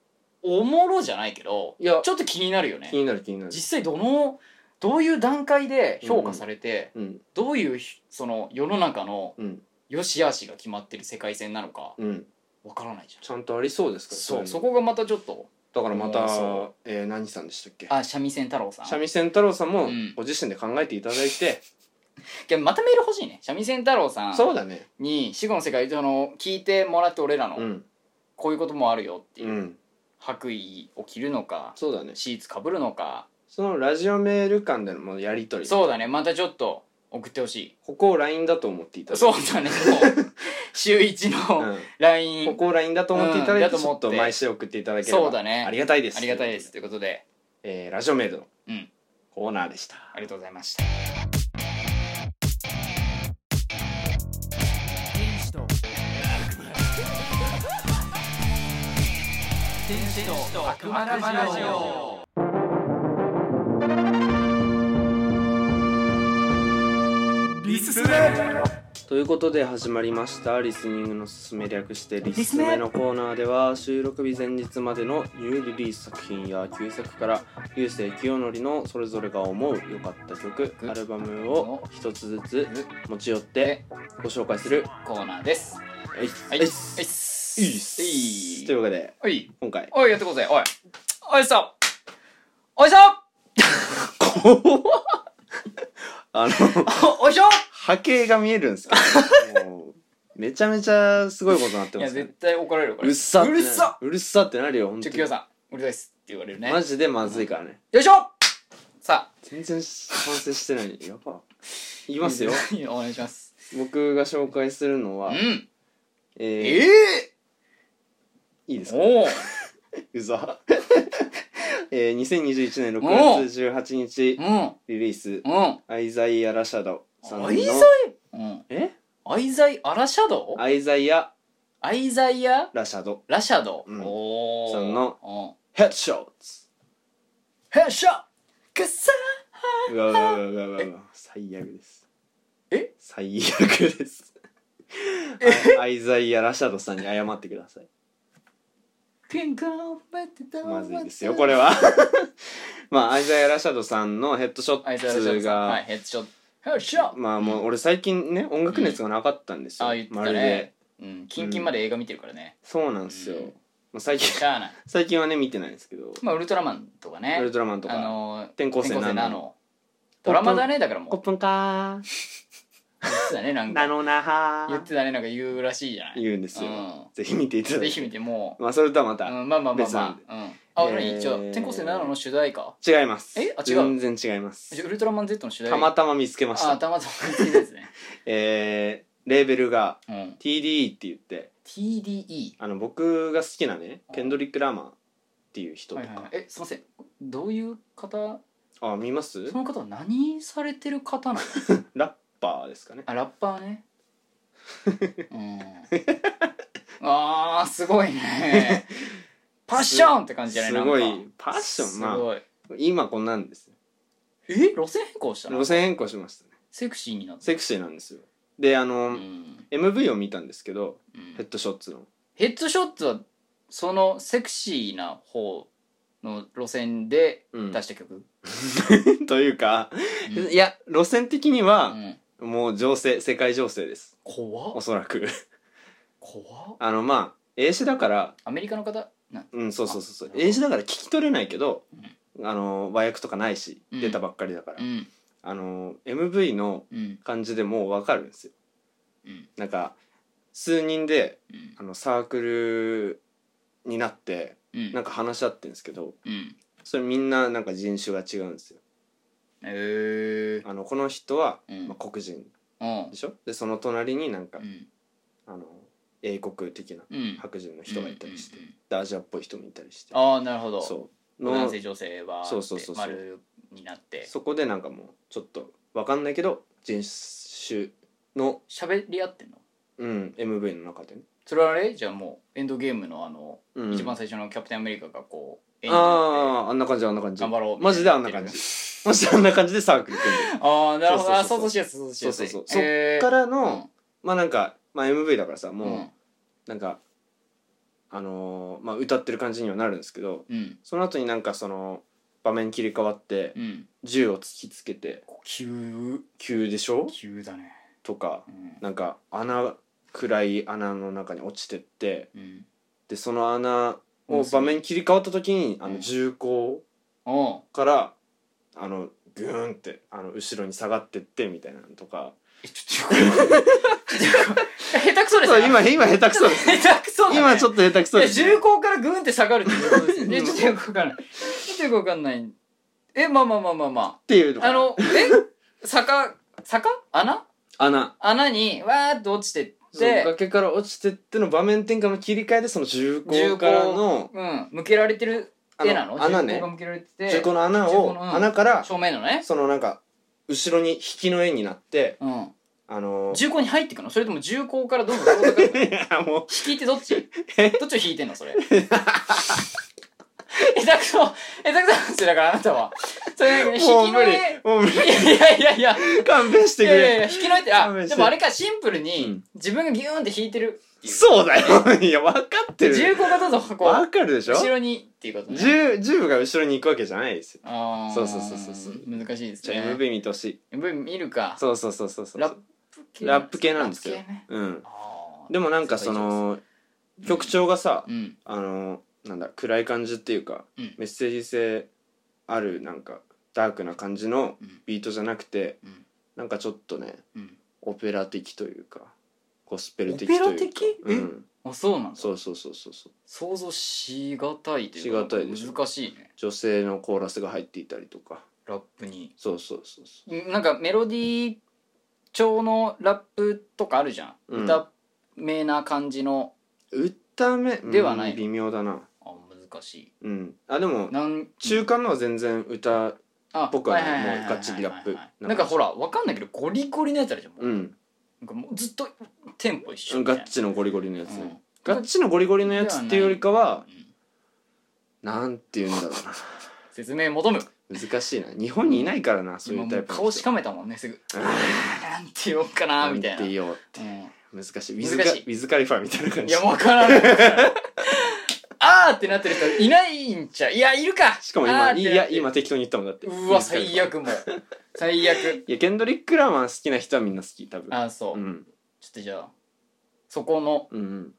[SPEAKER 1] おもろじゃないけど
[SPEAKER 3] いや
[SPEAKER 1] ちょっと気になるよね
[SPEAKER 3] 気になる気になる
[SPEAKER 1] 実際どのどういう段階で評価されて、
[SPEAKER 3] うん
[SPEAKER 1] どういうひその世の中の
[SPEAKER 3] うん
[SPEAKER 1] 良し悪しが決まってる世界線なのか
[SPEAKER 3] うん
[SPEAKER 1] わからないじゃん
[SPEAKER 3] ちゃんとありそうですから
[SPEAKER 1] そう
[SPEAKER 3] そ
[SPEAKER 1] そう
[SPEAKER 3] いう
[SPEAKER 1] こがまたちょっと
[SPEAKER 3] のだからま
[SPEAKER 1] も
[SPEAKER 3] た
[SPEAKER 1] うそ
[SPEAKER 3] えー何さんでしたっけ
[SPEAKER 1] あ三味線太郎さん
[SPEAKER 3] 三味線太郎さんも
[SPEAKER 1] うん
[SPEAKER 3] ご自身で考えていただいて、
[SPEAKER 1] いやまたメール欲しいね三味線太郎さん
[SPEAKER 3] そうだね
[SPEAKER 1] に死後の世界その聞いてもらって俺らの、
[SPEAKER 3] うん
[SPEAKER 1] こういうこともあるよっていうう、
[SPEAKER 3] ん
[SPEAKER 1] 白衣を着るのか
[SPEAKER 3] そうだね
[SPEAKER 1] シーツかぶるのか
[SPEAKER 3] そのラジオメール間でのもうやり取り
[SPEAKER 1] そうだねまたちょっと送ってほしい
[SPEAKER 3] ここを LINE だと思っていただいて
[SPEAKER 1] そうだねも う週一の
[SPEAKER 3] ん
[SPEAKER 1] LINE、
[SPEAKER 3] ここを LINE だと思っていただいて、
[SPEAKER 1] うん
[SPEAKER 3] ち
[SPEAKER 1] だ
[SPEAKER 3] ょっ
[SPEAKER 1] と思
[SPEAKER 3] と
[SPEAKER 1] って
[SPEAKER 3] 毎週送っていただければ
[SPEAKER 1] そうだね
[SPEAKER 3] ありがたいです
[SPEAKER 1] ありがたいです、ということで
[SPEAKER 3] えーラジオメールの
[SPEAKER 1] うん
[SPEAKER 3] コーナーでした
[SPEAKER 1] ありがとうございました
[SPEAKER 2] 天使と悪魔天使と悪魔ラジオリスメ
[SPEAKER 3] ということで始まりましたリスニングのすすめ略してリスメのコーナーでは収録日前日までのニューリリース作品や旧作から流星清則のそれぞれが思う良かった曲アルバムを一つずつ持ち寄ってご紹介する
[SPEAKER 1] コーナーです
[SPEAKER 3] はい
[SPEAKER 1] はい
[SPEAKER 3] は
[SPEAKER 1] はいいはい
[SPEAKER 3] というわけで
[SPEAKER 1] おい
[SPEAKER 3] 今回
[SPEAKER 1] おいやってこうぜおいおいっさおいっさ
[SPEAKER 3] あの
[SPEAKER 1] おいっしょ
[SPEAKER 3] 波形が見えるんですけど もうめちゃめちゃすごいことになって
[SPEAKER 1] い
[SPEAKER 3] ま
[SPEAKER 1] や
[SPEAKER 3] すね
[SPEAKER 1] 絶対怒られるか
[SPEAKER 3] う
[SPEAKER 1] ら
[SPEAKER 3] るっさって
[SPEAKER 1] うるさ
[SPEAKER 3] うるっさってなるよ本
[SPEAKER 1] ちょ
[SPEAKER 3] 当に
[SPEAKER 1] きよさんうるさいっすって言われるね
[SPEAKER 3] マジでまずいからね
[SPEAKER 1] よいしょさあ
[SPEAKER 3] 全然完成してないやばいきますよ
[SPEAKER 1] お願いします
[SPEAKER 3] 僕が紹介するの
[SPEAKER 1] う
[SPEAKER 3] は
[SPEAKER 1] ん
[SPEAKER 3] え
[SPEAKER 1] え
[SPEAKER 3] ー
[SPEAKER 1] え
[SPEAKER 3] いいですか
[SPEAKER 1] おお
[SPEAKER 3] うざ えー、2021年6月18日
[SPEAKER 1] うん
[SPEAKER 3] リリース
[SPEAKER 1] うん
[SPEAKER 3] アイザイア・ラシャドさんの
[SPEAKER 1] アイザイうん
[SPEAKER 3] え
[SPEAKER 1] アアイザイアラシャドウ
[SPEAKER 3] アイザイア・
[SPEAKER 1] アイザイア
[SPEAKER 3] ラシャド
[SPEAKER 1] ラシャドウ、
[SPEAKER 3] うん
[SPEAKER 1] おー
[SPEAKER 3] その
[SPEAKER 1] うん
[SPEAKER 3] ヘッドショッツ
[SPEAKER 1] ヘッショくっさ
[SPEAKER 3] うわうわうわうわうわうわ最悪です
[SPEAKER 1] え
[SPEAKER 3] 最悪ですあアイザイア・ラシャドさんに謝ってください
[SPEAKER 1] ピンクを待ってた
[SPEAKER 3] まずいですよこれは まあアイザイア・ラシャドさんのヘッドショ
[SPEAKER 1] アイ
[SPEAKER 3] ッ
[SPEAKER 1] ザイアラシャド
[SPEAKER 3] ツ
[SPEAKER 1] ウさんはい
[SPEAKER 3] が
[SPEAKER 1] ヘッドショッヘッドショッ
[SPEAKER 3] まあもう俺最近ね音楽熱がなかったんですよ
[SPEAKER 1] ああ言ってた
[SPEAKER 3] まるで
[SPEAKER 1] ねうんキンキンまで映画見てるからね、
[SPEAKER 3] そうなんですよ
[SPEAKER 1] うん
[SPEAKER 3] まあ最近
[SPEAKER 1] しゃあない
[SPEAKER 3] 最近はね見てないんですけど
[SPEAKER 1] まあウルトラマンとかね
[SPEAKER 3] ウルトラマンと
[SPEAKER 1] あ
[SPEAKER 3] か
[SPEAKER 1] のー
[SPEAKER 3] 転校生なの
[SPEAKER 1] なのドラマだねだからもう
[SPEAKER 3] コップンか
[SPEAKER 1] 言ってたねなん
[SPEAKER 3] ー
[SPEAKER 1] か
[SPEAKER 3] なのなは
[SPEAKER 1] 言ってたねなんか言うらしいじゃない
[SPEAKER 3] 言うんですよ
[SPEAKER 1] うん
[SPEAKER 3] ぜひ見ていただ
[SPEAKER 1] ぜ
[SPEAKER 3] い
[SPEAKER 1] ひ
[SPEAKER 3] て
[SPEAKER 1] 見ても
[SPEAKER 3] まあそれとはま
[SPEAKER 1] う、
[SPEAKER 3] た
[SPEAKER 1] うん、まあまあまあ
[SPEAKER 3] 別なん
[SPEAKER 1] ま
[SPEAKER 3] で
[SPEAKER 1] あ、うん、あ俺
[SPEAKER 3] えー
[SPEAKER 1] 一応転校生なのの主題歌
[SPEAKER 3] 違います
[SPEAKER 1] えあ違う
[SPEAKER 3] 全然違います
[SPEAKER 1] じゃあウルトラマン Z の主題
[SPEAKER 3] た
[SPEAKER 1] 歌
[SPEAKER 3] またま見つけまし
[SPEAKER 1] あ
[SPEAKER 3] た
[SPEAKER 1] たまたま聞いたですね、
[SPEAKER 3] えーレーベルが
[SPEAKER 1] うん、
[SPEAKER 3] TDE って言って
[SPEAKER 1] TDE
[SPEAKER 3] あの僕が好きなねケンドリック・ラーマーっていう人と
[SPEAKER 1] はいはいはい
[SPEAKER 3] か、
[SPEAKER 1] えすいませんどういう方
[SPEAKER 3] あ見ます
[SPEAKER 1] その方は何されてる方なの
[SPEAKER 3] ラッパーですかね
[SPEAKER 1] あラッパーね うんあーすごい ねパッションって感じじゃない
[SPEAKER 3] すごい
[SPEAKER 1] なんか
[SPEAKER 3] パッション
[SPEAKER 1] す
[SPEAKER 3] まあ
[SPEAKER 1] ごい
[SPEAKER 3] 今こんなんですよ
[SPEAKER 1] え路線変更したの
[SPEAKER 3] 路線変更しましたね
[SPEAKER 1] セクシーになった
[SPEAKER 3] セクシーなんですよであ
[SPEAKER 1] う
[SPEAKER 3] の、
[SPEAKER 1] ん
[SPEAKER 3] MV を見たんですけど
[SPEAKER 1] うん
[SPEAKER 3] ヘッドショッツの
[SPEAKER 1] ヘッドショットはそのセクシーな方の路線で
[SPEAKER 3] うん
[SPEAKER 1] 出した曲、
[SPEAKER 3] というか、
[SPEAKER 1] うん
[SPEAKER 3] いや路線的に
[SPEAKER 1] う
[SPEAKER 3] は、
[SPEAKER 1] ん
[SPEAKER 3] もう情勢世界情勢です
[SPEAKER 1] 怖
[SPEAKER 3] お
[SPEAKER 1] っ
[SPEAKER 3] そらく
[SPEAKER 1] 怖っ
[SPEAKER 3] あのまあ英詞だから
[SPEAKER 1] アメリカの方な
[SPEAKER 3] うんそうそうそうそう
[SPEAKER 1] あ
[SPEAKER 3] 英詞だから聞き取れないけど、あの和訳とかないし、
[SPEAKER 1] うん
[SPEAKER 3] 出たばっかりだから、
[SPEAKER 1] うん
[SPEAKER 3] あの MV の
[SPEAKER 1] うん
[SPEAKER 3] 感じでもう分かるんですよ
[SPEAKER 1] うん
[SPEAKER 3] なんか数人で
[SPEAKER 1] うん
[SPEAKER 3] あのサークルになって
[SPEAKER 1] うん
[SPEAKER 3] なんか話し合ってるんですけど
[SPEAKER 1] うん
[SPEAKER 3] それみんななんか人種が違うんですよ
[SPEAKER 1] えー
[SPEAKER 3] あのこの人は、
[SPEAKER 1] うん
[SPEAKER 3] まあ、黒人
[SPEAKER 1] うん
[SPEAKER 3] でしょでその隣になんか、
[SPEAKER 1] うん
[SPEAKER 3] あの英国的な
[SPEAKER 1] うん
[SPEAKER 3] 白人の人がいたりして、
[SPEAKER 1] うんうんうん
[SPEAKER 3] でアジアっぽい人もいたりして
[SPEAKER 1] ああなるほど
[SPEAKER 3] そう
[SPEAKER 1] 男
[SPEAKER 3] の
[SPEAKER 1] 性女性は
[SPEAKER 3] そうそうそうそう
[SPEAKER 1] 丸になって
[SPEAKER 3] そこでなんかもうちょっとわかんないけど人種の、
[SPEAKER 1] 喋り合ってんの
[SPEAKER 3] うん、MV の中でね、
[SPEAKER 1] それはあれじゃあもうエンドゲームのあの、
[SPEAKER 3] うん、
[SPEAKER 1] 一番最初のキャプテンアメリカがこうあ
[SPEAKER 3] あああんな感じあんな感じ
[SPEAKER 1] 頑張ろう
[SPEAKER 3] マジであんな感じマジであんな感じでサークル組んでる
[SPEAKER 1] あーなるほどあ想
[SPEAKER 3] そうそ
[SPEAKER 1] 像
[SPEAKER 3] う
[SPEAKER 1] しやすい想像しやすい
[SPEAKER 3] そうそうそう
[SPEAKER 1] へー
[SPEAKER 3] からの、まあなんか、まあ、MV だからさ
[SPEAKER 1] うん
[SPEAKER 3] もうなんか、あのーまあ、歌ってる感じにはなるんですけど
[SPEAKER 1] うん
[SPEAKER 3] その後になんかその場面切り替わって
[SPEAKER 1] うん
[SPEAKER 3] 銃を突きつけて
[SPEAKER 1] 急
[SPEAKER 3] 急でしょ
[SPEAKER 1] 急だね
[SPEAKER 3] とか
[SPEAKER 1] うん
[SPEAKER 3] なんか穴暗い穴の中に落ちてって
[SPEAKER 1] うん
[SPEAKER 3] でその穴
[SPEAKER 1] う
[SPEAKER 3] を
[SPEAKER 1] んそう
[SPEAKER 3] 場面切り替わった時にあ
[SPEAKER 1] う
[SPEAKER 3] の
[SPEAKER 1] ん
[SPEAKER 3] 銃口
[SPEAKER 1] おう
[SPEAKER 3] からあのグーンってあの後ろに下がってってみたいなのとか
[SPEAKER 1] えちょっとよくわかんないちょっとよくわかん ない下手くそです
[SPEAKER 3] そう
[SPEAKER 1] ね
[SPEAKER 3] 今今下手くそです
[SPEAKER 1] 下手くそだね
[SPEAKER 3] 今ちょっと下手くそで
[SPEAKER 1] い
[SPEAKER 3] す
[SPEAKER 1] や重厚からグーンって下がるっていうことです よねちょっとよくわかんないちょっとよくわかんないえまあまあまあまあま
[SPEAKER 3] っていうの
[SPEAKER 1] ああ
[SPEAKER 3] が
[SPEAKER 1] のえ坂坂穴
[SPEAKER 3] 穴
[SPEAKER 1] 穴にわーっと落ちてっ
[SPEAKER 3] そう
[SPEAKER 1] て
[SPEAKER 3] 崖から落ちてっての場面転換の切り替えでその銃口からの
[SPEAKER 1] うん、向けられてる
[SPEAKER 3] あ
[SPEAKER 1] 絵なの
[SPEAKER 3] の穴
[SPEAKER 1] 銃口
[SPEAKER 3] ね
[SPEAKER 1] が向けられて
[SPEAKER 3] 銃
[SPEAKER 1] て
[SPEAKER 3] 口の穴
[SPEAKER 1] 銃口
[SPEAKER 3] を
[SPEAKER 1] のうん
[SPEAKER 3] 穴から
[SPEAKER 1] 正面のね、
[SPEAKER 3] そのなんか後ろに引きの円になって
[SPEAKER 1] うん、
[SPEAKER 3] あのー
[SPEAKER 1] 銃口に入ってくのそれとも銃口からどんどんどんどんどん 引
[SPEAKER 3] いやもう
[SPEAKER 1] きってどっちどっちを引いてんのそれ 下手くそ下手くそなんですよだからあなたはそれなんかね
[SPEAKER 3] もう
[SPEAKER 1] 引き
[SPEAKER 3] 無
[SPEAKER 1] の
[SPEAKER 3] 理
[SPEAKER 1] 絵
[SPEAKER 3] もう無理
[SPEAKER 1] いやいやいや
[SPEAKER 3] 勘弁して
[SPEAKER 1] い
[SPEAKER 3] く
[SPEAKER 1] やいやい
[SPEAKER 3] れ
[SPEAKER 1] や引きの絵ってあ
[SPEAKER 3] 勘弁して
[SPEAKER 1] でもあれかシンプル
[SPEAKER 3] う
[SPEAKER 1] に
[SPEAKER 3] ん
[SPEAKER 1] 自分がギューンって引いてるっていう
[SPEAKER 3] そうだよいや分かって
[SPEAKER 1] 重
[SPEAKER 3] る
[SPEAKER 1] 厚がどうぞこ
[SPEAKER 3] 分
[SPEAKER 1] う
[SPEAKER 3] かるでしょ
[SPEAKER 1] 後ろにっていうことね
[SPEAKER 3] 銃銃部が後ろに行くわけじゃないですよ
[SPEAKER 1] あー
[SPEAKER 3] そうそうそうそうそう
[SPEAKER 1] 難しいです
[SPEAKER 3] じゃ
[SPEAKER 1] ね
[SPEAKER 3] あ MV 見てほしい
[SPEAKER 1] MV 見るか
[SPEAKER 3] そうそうそうそうそう
[SPEAKER 1] ラップ系
[SPEAKER 3] ラップ系なんですよ
[SPEAKER 1] ラップ系ね
[SPEAKER 3] うん
[SPEAKER 1] あー
[SPEAKER 3] でもなんかその曲調がさ
[SPEAKER 1] うん
[SPEAKER 3] あのなんだ暗い感じっていうか
[SPEAKER 1] うん
[SPEAKER 3] メッセージ性あるなんかダークな感じの
[SPEAKER 1] うん
[SPEAKER 3] ビートじゃなくて
[SPEAKER 1] うん
[SPEAKER 3] なんかちょっとね
[SPEAKER 1] うん
[SPEAKER 3] オペラ的というかゴスペル的と
[SPEAKER 1] オ
[SPEAKER 3] いうか
[SPEAKER 1] ペラ的
[SPEAKER 3] う
[SPEAKER 1] え
[SPEAKER 3] ん
[SPEAKER 1] あそうなんだ
[SPEAKER 3] そうそうそうそうそう
[SPEAKER 1] 想像しがたいというか
[SPEAKER 3] しがたいでしょ
[SPEAKER 1] 難しいね
[SPEAKER 3] 女性のコーラスが入っていたりとか
[SPEAKER 1] ラップに
[SPEAKER 3] そうそうそうそ
[SPEAKER 1] んなんかメロディー調のラップとかあるじゃん、
[SPEAKER 3] うん
[SPEAKER 1] 歌名な感じの
[SPEAKER 3] う歌め
[SPEAKER 1] ではない
[SPEAKER 3] うん微妙だな
[SPEAKER 1] あ難し
[SPEAKER 3] うんあでも
[SPEAKER 1] いなん
[SPEAKER 3] 中間のは全然歌
[SPEAKER 1] あ
[SPEAKER 3] 僕はね
[SPEAKER 1] いいいい
[SPEAKER 3] もうがっちりラップ
[SPEAKER 1] はいはいはいなんかほらわかんないけどゴリゴリのやつあるじゃん、もう
[SPEAKER 3] うん
[SPEAKER 1] なんかもうずっとテンポ一緒みたい
[SPEAKER 3] ガ
[SPEAKER 1] な
[SPEAKER 3] ッチのゴリゴリのやつね、
[SPEAKER 1] うん
[SPEAKER 3] ガッチのゴリゴリのやつっていうよりかは
[SPEAKER 1] うん
[SPEAKER 3] なんて言うんだろうな
[SPEAKER 1] 説明求む
[SPEAKER 3] 難しいな日本にいないからな、そうい
[SPEAKER 1] 今
[SPEAKER 3] うタ
[SPEAKER 1] も
[SPEAKER 3] イ
[SPEAKER 1] う
[SPEAKER 3] プの人
[SPEAKER 1] 顔しかめたもんねすぐなんて言おうかなみたい
[SPEAKER 3] んて
[SPEAKER 1] な
[SPEAKER 3] 言おう
[SPEAKER 1] うん
[SPEAKER 3] 難しいウ
[SPEAKER 1] 難
[SPEAKER 3] ィ
[SPEAKER 1] し
[SPEAKER 3] ズ
[SPEAKER 1] い
[SPEAKER 3] カウィズカリファみたいな感
[SPEAKER 1] い
[SPEAKER 3] じ
[SPEAKER 1] やもう分からん あーってなってる人いないんちゃういやいるか
[SPEAKER 3] しかも
[SPEAKER 1] あー
[SPEAKER 3] 今
[SPEAKER 1] って
[SPEAKER 3] い
[SPEAKER 1] なって
[SPEAKER 3] や今適当に言ったもんだって
[SPEAKER 1] うわ
[SPEAKER 3] ウィズカリファ
[SPEAKER 1] 最悪もう最悪
[SPEAKER 3] いやケンドリック・ラマー好きな人はみんな好き多分
[SPEAKER 1] あーそう、
[SPEAKER 3] うん
[SPEAKER 1] ちょっとじゃあそこの
[SPEAKER 3] うん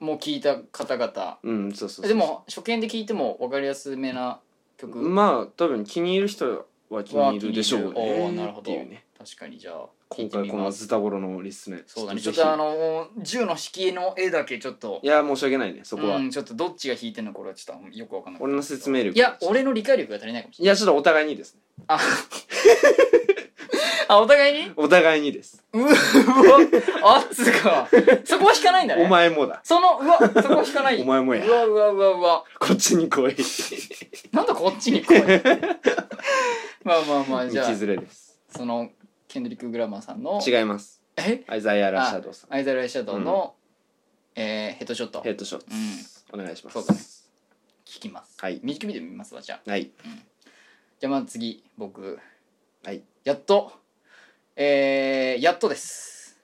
[SPEAKER 1] もう聞いた方々
[SPEAKER 3] うんうんそうそうそう
[SPEAKER 1] でも初見で聞いても分かりやすめな曲
[SPEAKER 3] まあ多分気に入る人は気に入るでしょう
[SPEAKER 1] わ気に入るおーなる
[SPEAKER 3] ね
[SPEAKER 1] ほど
[SPEAKER 3] っていうね
[SPEAKER 1] 確かにじゃあ聞い
[SPEAKER 3] 今
[SPEAKER 1] て
[SPEAKER 3] 回
[SPEAKER 1] み
[SPEAKER 3] この
[SPEAKER 1] ます
[SPEAKER 3] ズタボロのリスナー
[SPEAKER 1] そうだねち
[SPEAKER 3] ち
[SPEAKER 1] ょっ
[SPEAKER 3] ょっとぜひ
[SPEAKER 1] とあの銃の引きの絵だけちょっと
[SPEAKER 3] いや申し訳ないねそこは、
[SPEAKER 1] うんちょっとどっちが引いてんのこれはちょっとよく分かんない
[SPEAKER 3] 俺の説明力
[SPEAKER 1] いや俺の理解力が足りないかもしれ
[SPEAKER 3] いやちょっとお互いにですね
[SPEAKER 1] ないああお互いに
[SPEAKER 3] お互いにです
[SPEAKER 1] うわあっつうかそこは引かないんだね
[SPEAKER 3] お前もだ
[SPEAKER 1] そのうわそこは引かない
[SPEAKER 3] お前もや
[SPEAKER 1] うわうわうわうわ
[SPEAKER 3] こっちに来い
[SPEAKER 1] なんだこっちに 来いまあまあまあじゃ
[SPEAKER 3] 道
[SPEAKER 1] あ
[SPEAKER 3] 連れです
[SPEAKER 1] そのケンドリック・グラマーさんの
[SPEAKER 3] 違います
[SPEAKER 1] え
[SPEAKER 3] アイザイア・ラ・シャドウさん
[SPEAKER 1] アイザル・アイシャドウの、えーヘッドショット
[SPEAKER 3] ヘ
[SPEAKER 1] 聞
[SPEAKER 3] ッドショットです、お願いします
[SPEAKER 1] そうだねきます
[SPEAKER 3] はい
[SPEAKER 1] ミュージックビデオ見ますわじゃあ
[SPEAKER 3] はい
[SPEAKER 1] じゃあまあ次僕
[SPEAKER 3] はい
[SPEAKER 1] やっとえー、やっとです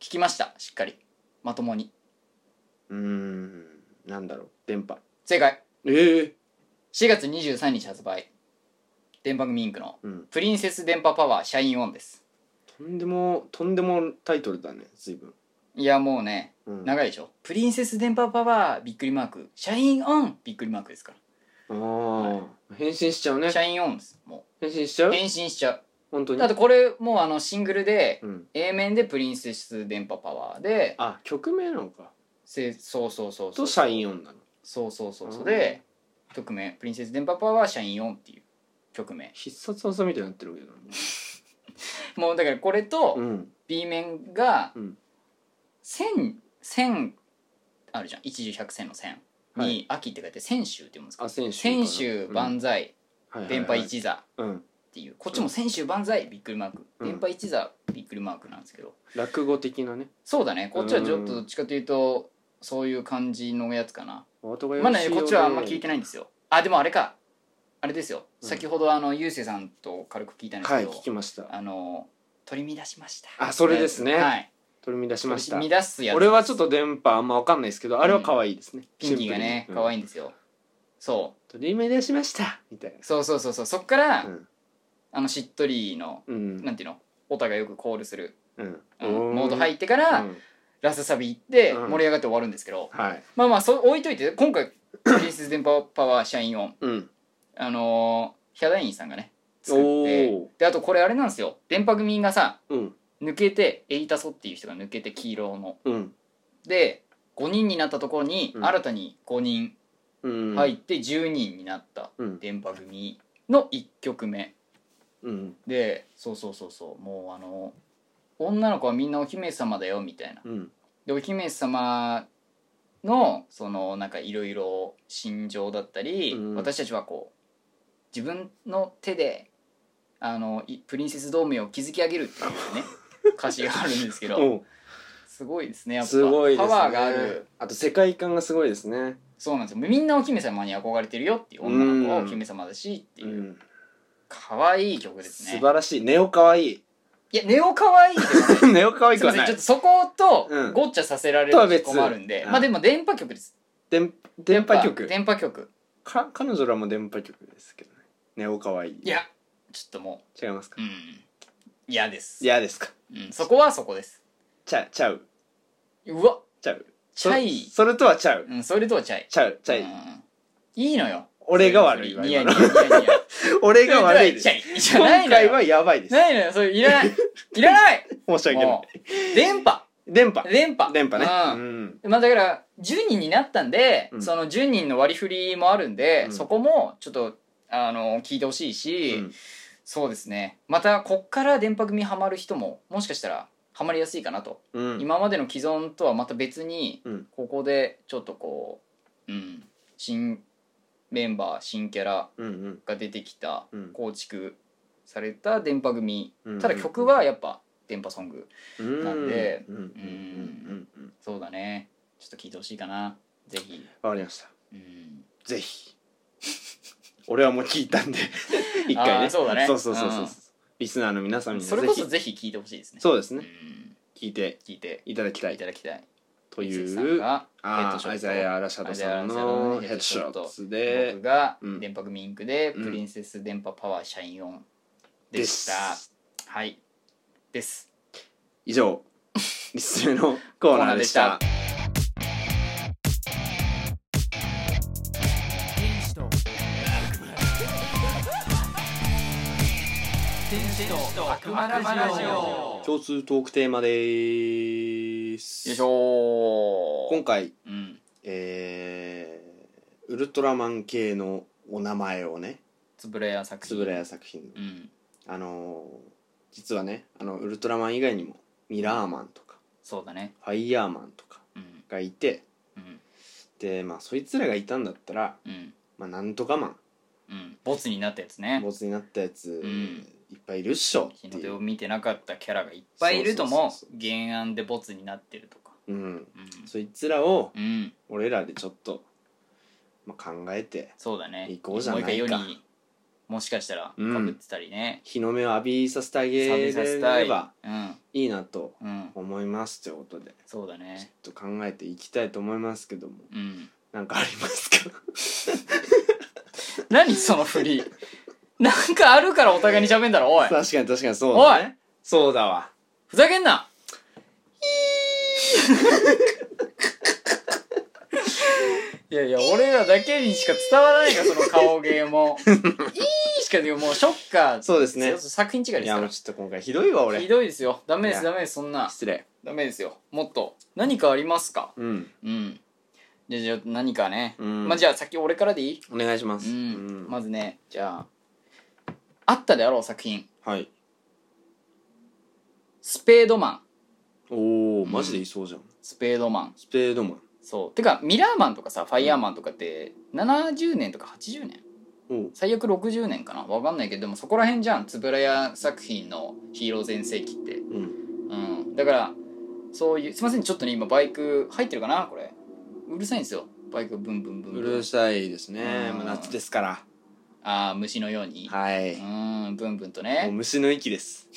[SPEAKER 1] 聞きましたしっかりまともに
[SPEAKER 3] うーんなんだろう電波
[SPEAKER 1] 正解
[SPEAKER 3] ええ
[SPEAKER 1] 4月23日発売電波組インクの
[SPEAKER 3] うん
[SPEAKER 1] 「プリンセス電波パワーシャインオン」です
[SPEAKER 3] とんでもとんでもタイトルだね随分
[SPEAKER 1] いやもうね
[SPEAKER 3] うんあ
[SPEAKER 1] 長いでしょ「プリンセス電波パワーびっくりマークシャインオン」びっくりマークですか
[SPEAKER 3] あー変身しちゃうね
[SPEAKER 1] らシャインオンですも
[SPEAKER 3] 変身しちゃ
[SPEAKER 1] う
[SPEAKER 3] う
[SPEAKER 1] 変身しちゃ
[SPEAKER 3] 本当
[SPEAKER 1] う
[SPEAKER 3] に
[SPEAKER 1] だってこれもうあのシングルで
[SPEAKER 3] うん
[SPEAKER 1] A 面でプリンセス電波パワーで
[SPEAKER 3] あ曲名なのか
[SPEAKER 1] せそうそうそうそう
[SPEAKER 3] とシャインオンなの
[SPEAKER 1] そうそうそうそううんで曲名「プリンセス電波パワーシャインオン」っていう曲名
[SPEAKER 3] 必殺技みたいになってるけどね
[SPEAKER 1] もうだからこれと
[SPEAKER 3] うん
[SPEAKER 1] B 面が
[SPEAKER 3] うん
[SPEAKER 1] 1000 1000あるじゃん一1 0 1 0 0の1000
[SPEAKER 3] は
[SPEAKER 1] に
[SPEAKER 3] い
[SPEAKER 1] 「秋」って書いて「千秋」って読むんですか
[SPEAKER 3] あ選手
[SPEAKER 1] 千秋万歳
[SPEAKER 3] 歳
[SPEAKER 1] 電波一座っ
[SPEAKER 3] うん
[SPEAKER 1] ていうこっちも「千秋万歳」びっくりマーク
[SPEAKER 3] うん
[SPEAKER 1] 電波一座びっくりマークなんですけど
[SPEAKER 3] 落語的なね
[SPEAKER 1] そうだねこっちはちょっとどっちかというとそういう感じのやつかなまあねこっちはあんま聞いてないんですよあでもあれかあれですよ、
[SPEAKER 3] うん
[SPEAKER 1] 先ほどあのゆうせいさんと軽く聞いたんです
[SPEAKER 3] は
[SPEAKER 1] け
[SPEAKER 3] い
[SPEAKER 1] ど、
[SPEAKER 3] 聞きました
[SPEAKER 1] あの取り乱しました
[SPEAKER 3] あそれですね
[SPEAKER 1] はい
[SPEAKER 3] 取り乱しました
[SPEAKER 1] 取り乱すやつ
[SPEAKER 3] 俺はちょっと電波あんまわかんないですけどあれは可愛いですね
[SPEAKER 1] ピンキーがね可愛いん
[SPEAKER 3] い
[SPEAKER 1] ですよ、そ
[SPEAKER 3] 取り乱しましたみたいう
[SPEAKER 1] そうそうそうそうそっから、
[SPEAKER 3] なうん
[SPEAKER 1] あのしっとりの
[SPEAKER 3] うん
[SPEAKER 1] なんていうのオタがよくコールする、
[SPEAKER 3] うん
[SPEAKER 1] うんモード入
[SPEAKER 3] っ
[SPEAKER 1] ってから、ラスサビ行って
[SPEAKER 3] うん
[SPEAKER 1] 盛り上がって終わるんですけど、
[SPEAKER 3] はい
[SPEAKER 1] まあまあそう置いといて今回「プリンセス電波パワーシャインオン
[SPEAKER 3] うん」
[SPEAKER 1] あのーヒャダインさんがね作っ
[SPEAKER 3] お
[SPEAKER 1] て
[SPEAKER 3] ー
[SPEAKER 1] であとこれあれなんですよ電波組がさ
[SPEAKER 3] うん
[SPEAKER 1] 抜けてエイタソっていう人が抜けて黄色の
[SPEAKER 3] うん
[SPEAKER 1] で5人になったところに
[SPEAKER 3] うん
[SPEAKER 1] 新たに5人
[SPEAKER 3] うん
[SPEAKER 1] 入って10人になった
[SPEAKER 3] うん
[SPEAKER 1] 電波組の1曲目
[SPEAKER 3] うん
[SPEAKER 1] でそうそうそうそうもうあの女の子はみんなお姫様だよみたいな
[SPEAKER 3] うん
[SPEAKER 1] でお姫様のそのなんかいろいろ心情だったり、
[SPEAKER 3] うん
[SPEAKER 1] 私たちはこう自分の手であのいプリンセス同盟を築き上げるっていう ね歌詞があるんですけど
[SPEAKER 3] おう
[SPEAKER 1] すごいですねやっぱ
[SPEAKER 3] すごいですね
[SPEAKER 1] パワーがある
[SPEAKER 3] あと世界観がすごいですね
[SPEAKER 1] そうなんですよみんなお姫様に憧れてるよっていう女の子は
[SPEAKER 3] うん
[SPEAKER 1] お姫様だしって
[SPEAKER 3] う
[SPEAKER 1] いうん可愛い曲です
[SPEAKER 3] 素
[SPEAKER 1] ね
[SPEAKER 3] 晴らしいネオ可 愛い
[SPEAKER 1] いやネオ可愛い です
[SPEAKER 3] ネオ可愛
[SPEAKER 1] すい
[SPEAKER 3] くは
[SPEAKER 1] ません
[SPEAKER 3] な
[SPEAKER 1] ちょっ
[SPEAKER 3] い
[SPEAKER 1] とそこと
[SPEAKER 3] うん
[SPEAKER 1] ごっちゃさせられ
[SPEAKER 3] とは
[SPEAKER 1] る
[SPEAKER 3] 別
[SPEAKER 1] と困るんで、
[SPEAKER 3] うん
[SPEAKER 1] まあでも電波曲です
[SPEAKER 3] 電電波
[SPEAKER 1] やっ
[SPEAKER 3] 局
[SPEAKER 1] ぱ電波曲
[SPEAKER 3] か彼女らも電波局ですけどねネオ可愛い
[SPEAKER 1] いやちょっともう
[SPEAKER 3] 違いますか
[SPEAKER 1] うん嫌です、
[SPEAKER 3] 嫌ですか
[SPEAKER 1] うん、そこはそこです
[SPEAKER 3] ちゃちゃう
[SPEAKER 1] うわ
[SPEAKER 3] ちゃう
[SPEAKER 1] チャイ
[SPEAKER 3] そそれとはちゃう
[SPEAKER 1] うんそれとはチャイ
[SPEAKER 3] ちゃうちゃ
[SPEAKER 1] う
[SPEAKER 3] い
[SPEAKER 1] んいいのよ
[SPEAKER 3] 俺が悪いわ
[SPEAKER 1] ニヤニ
[SPEAKER 3] 今
[SPEAKER 1] ヤ
[SPEAKER 3] の
[SPEAKER 1] ニヤニヤ
[SPEAKER 3] 俺が悪いで
[SPEAKER 1] そ
[SPEAKER 3] す
[SPEAKER 1] れとはチャイじゃ
[SPEAKER 3] 今
[SPEAKER 1] ないの
[SPEAKER 3] 回
[SPEAKER 1] よ
[SPEAKER 3] はやばいです
[SPEAKER 1] ないのよそれいらないいらない
[SPEAKER 3] 申し訳ない
[SPEAKER 1] もう電波
[SPEAKER 3] 電波
[SPEAKER 1] 電波
[SPEAKER 3] 電波ね
[SPEAKER 1] うん
[SPEAKER 3] うん
[SPEAKER 1] まあだから10人になったんで、
[SPEAKER 3] うん
[SPEAKER 1] その10人の割り振りもあるんで、
[SPEAKER 3] うん
[SPEAKER 1] そこもちょっとあの聞いてほしいし、
[SPEAKER 3] うん
[SPEAKER 1] そうですねまたこっから電波組ハマる人ももしかしたらハマりやすいかなと、
[SPEAKER 3] うん
[SPEAKER 1] 今までの既存とはまた別に、
[SPEAKER 3] うん
[SPEAKER 1] ここでちょっとこう、うん、新メンバー新キャラ
[SPEAKER 3] うん
[SPEAKER 1] が出てきた
[SPEAKER 3] うん
[SPEAKER 1] 構築された電波組、
[SPEAKER 3] うん
[SPEAKER 1] ただ曲はやっぱ電波ソング
[SPEAKER 3] うん
[SPEAKER 1] なんで
[SPEAKER 3] うんうんうんうんうん
[SPEAKER 1] そうだねちょっと聴いてほしいかなぜひ
[SPEAKER 3] わかりました
[SPEAKER 1] うん
[SPEAKER 3] ぜひ俺はもう聞いた んで一回
[SPEAKER 1] あー
[SPEAKER 3] ね
[SPEAKER 1] そうだね
[SPEAKER 3] そうそうそうそう、
[SPEAKER 1] うん
[SPEAKER 3] リスナーの皆さんにも
[SPEAKER 1] それこそ
[SPEAKER 3] ぜ
[SPEAKER 1] ぜひ聴いてほしいです
[SPEAKER 3] ひ
[SPEAKER 1] ね
[SPEAKER 3] そうです
[SPEAKER 1] う
[SPEAKER 3] ね
[SPEAKER 1] ん
[SPEAKER 3] 聞いて
[SPEAKER 1] 聴いて
[SPEAKER 3] いただきた
[SPEAKER 1] い
[SPEAKER 3] い
[SPEAKER 1] ただきたい
[SPEAKER 3] と
[SPEAKER 1] 三井さ
[SPEAKER 3] い
[SPEAKER 1] ん
[SPEAKER 3] う
[SPEAKER 1] が
[SPEAKER 3] あ
[SPEAKER 1] ヘッドショット
[SPEAKER 3] ーアイザヤ・ラシャドさんのヘッドショットで
[SPEAKER 1] 僕が
[SPEAKER 3] うん
[SPEAKER 1] 電波組インクで、
[SPEAKER 3] うん
[SPEAKER 1] プリンセス電波パワーシャインオンでした
[SPEAKER 3] です
[SPEAKER 1] はいです
[SPEAKER 3] 以上リスナーのコーナーでした
[SPEAKER 2] 天使と悪魔天使と悪魔ラジオ
[SPEAKER 3] 共通トークテーマでーす
[SPEAKER 1] よいしょー
[SPEAKER 3] 今回
[SPEAKER 1] うん
[SPEAKER 3] えーウルトラマン系のお名前をね
[SPEAKER 1] つぶれや作
[SPEAKER 3] つ
[SPEAKER 1] 品
[SPEAKER 3] ぶらや作品
[SPEAKER 1] うん
[SPEAKER 3] あのー実はねあのウルトラマン以外にもミラーマンとか
[SPEAKER 1] そうだね
[SPEAKER 3] ファイヤーマンとか
[SPEAKER 1] うん
[SPEAKER 3] がいて
[SPEAKER 1] うん
[SPEAKER 3] でまあそいつらがいたんだったら、
[SPEAKER 1] うん
[SPEAKER 3] まあ、なんとかマ
[SPEAKER 1] うんボツになったやつ
[SPEAKER 3] ン
[SPEAKER 1] ね
[SPEAKER 3] ボツになったやつ、
[SPEAKER 1] ん
[SPEAKER 3] いっぱいいるっしょ
[SPEAKER 1] 日
[SPEAKER 3] って
[SPEAKER 1] の
[SPEAKER 3] い
[SPEAKER 1] 出を
[SPEAKER 3] う、
[SPEAKER 1] 見てなかったキャラがいっぱいいるとも
[SPEAKER 3] そうそう
[SPEAKER 1] 原案でボツになってるとか
[SPEAKER 3] うん、
[SPEAKER 1] う
[SPEAKER 3] そいつらを
[SPEAKER 1] ん、うん、
[SPEAKER 3] 俺らでちょっと、まあ、考えて
[SPEAKER 1] そうだね
[SPEAKER 3] 行こうじゃないか
[SPEAKER 1] もう一回世にもしかしたらかぶってたりね、
[SPEAKER 3] 日の目を浴びさせてあ
[SPEAKER 1] う
[SPEAKER 3] げれ
[SPEAKER 1] させたい
[SPEAKER 3] れば
[SPEAKER 1] うん
[SPEAKER 3] いいなと
[SPEAKER 1] うん
[SPEAKER 3] 思いますということで
[SPEAKER 1] そうだ
[SPEAKER 3] ちょっ
[SPEAKER 1] ね
[SPEAKER 3] と考えていきたいと思いますけども
[SPEAKER 1] うん
[SPEAKER 3] なんかありますか
[SPEAKER 1] 何その振り なんかあるからお互いに喋んだろおい
[SPEAKER 3] 確かに確かにそう
[SPEAKER 1] おい
[SPEAKER 3] だねそうだわ
[SPEAKER 1] ふざけんなひーいやいや俺らだけにしか伝わらないからその顔芸もいいしかでももうショッカー
[SPEAKER 3] そうですね
[SPEAKER 1] そうそう作品違い
[SPEAKER 3] い
[SPEAKER 1] です
[SPEAKER 3] や
[SPEAKER 1] か
[SPEAKER 3] もう
[SPEAKER 1] ら
[SPEAKER 3] ちょっと今回ひどいわ
[SPEAKER 1] ひ
[SPEAKER 3] 俺
[SPEAKER 1] どいですよダメで
[SPEAKER 3] い
[SPEAKER 1] す
[SPEAKER 3] や
[SPEAKER 1] ダメですそんな
[SPEAKER 3] 失礼
[SPEAKER 1] ダメですよもっと何かありますか
[SPEAKER 3] うん
[SPEAKER 1] うんじゃあじゃあ何かね、
[SPEAKER 3] うん
[SPEAKER 1] まあじゃあ先俺からでいい
[SPEAKER 3] お願いします
[SPEAKER 1] うん
[SPEAKER 3] うん
[SPEAKER 1] まずねじゃああったであろう作品
[SPEAKER 3] はい
[SPEAKER 1] 「スペードマン」
[SPEAKER 3] おおマジでいそうじゃん
[SPEAKER 1] 「スペードマン
[SPEAKER 3] スペードマン」
[SPEAKER 1] そうてかミラーマンとかさファイヤーマンとかって70年とか80年
[SPEAKER 3] おう
[SPEAKER 1] 最悪60年かなわかんないけどでもそこら辺じゃん円谷作品のヒーロー全盛期って
[SPEAKER 3] うん
[SPEAKER 1] うんだからそういうすいませんちょっとね今バイク入ってるかなこれうるさいんですよバイクブンブンブン
[SPEAKER 3] う
[SPEAKER 1] ブ
[SPEAKER 3] る
[SPEAKER 1] ン
[SPEAKER 3] さいですね
[SPEAKER 1] うん
[SPEAKER 3] まあ夏ですから
[SPEAKER 1] ああ虫のように
[SPEAKER 3] はい
[SPEAKER 1] うんブンブンと
[SPEAKER 3] もう
[SPEAKER 1] ね
[SPEAKER 3] 虫の息です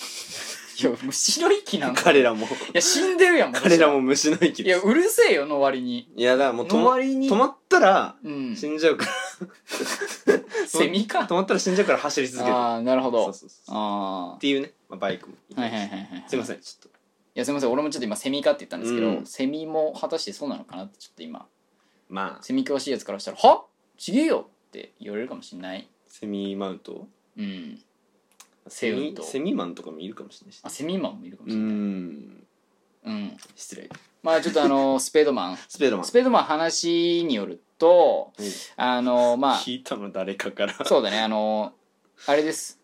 [SPEAKER 1] いや虫の息なんかい
[SPEAKER 3] 彼らも
[SPEAKER 1] や死んでるやんもう
[SPEAKER 3] 彼らも虫の息
[SPEAKER 1] い
[SPEAKER 3] で
[SPEAKER 1] や
[SPEAKER 3] す
[SPEAKER 1] うるせえよの割に
[SPEAKER 3] いやだからもう止
[SPEAKER 1] の
[SPEAKER 3] ま
[SPEAKER 1] 割に
[SPEAKER 3] 止まったら
[SPEAKER 1] うん
[SPEAKER 3] 死んじゃうから
[SPEAKER 1] セミか
[SPEAKER 3] 止まったら死んじゃうから走り続ける
[SPEAKER 1] ああなるほ
[SPEAKER 3] そう
[SPEAKER 1] ど
[SPEAKER 3] そうそう
[SPEAKER 1] あ
[SPEAKER 3] っていうね、まあ、バイクも
[SPEAKER 1] あはいはいはいはい
[SPEAKER 3] すいませ
[SPEAKER 1] んい
[SPEAKER 3] んちょっと
[SPEAKER 1] やすいません俺もちょっと今セミかって言ったんですけど、
[SPEAKER 3] うん
[SPEAKER 1] セミも果たしてそうなのかなってちょっと今
[SPEAKER 3] まあ
[SPEAKER 1] セミ詳しいやつからしたら「はちげえよ!」って言われるかもしんない
[SPEAKER 3] セミマウント
[SPEAKER 1] うんセ
[SPEAKER 3] セ
[SPEAKER 1] ウン
[SPEAKER 3] ミ
[SPEAKER 1] と
[SPEAKER 3] セミマンとかもいるかもしれないし
[SPEAKER 1] あセミマンもいるかも
[SPEAKER 3] う
[SPEAKER 1] しれない
[SPEAKER 3] ん
[SPEAKER 1] うん
[SPEAKER 3] 失礼
[SPEAKER 1] まあちょっとあ のスペードマン
[SPEAKER 3] スペードマン
[SPEAKER 1] スペードマン話によると
[SPEAKER 3] うん
[SPEAKER 1] あのまあ
[SPEAKER 3] 聞いたの誰かから
[SPEAKER 1] そうだねあのあれです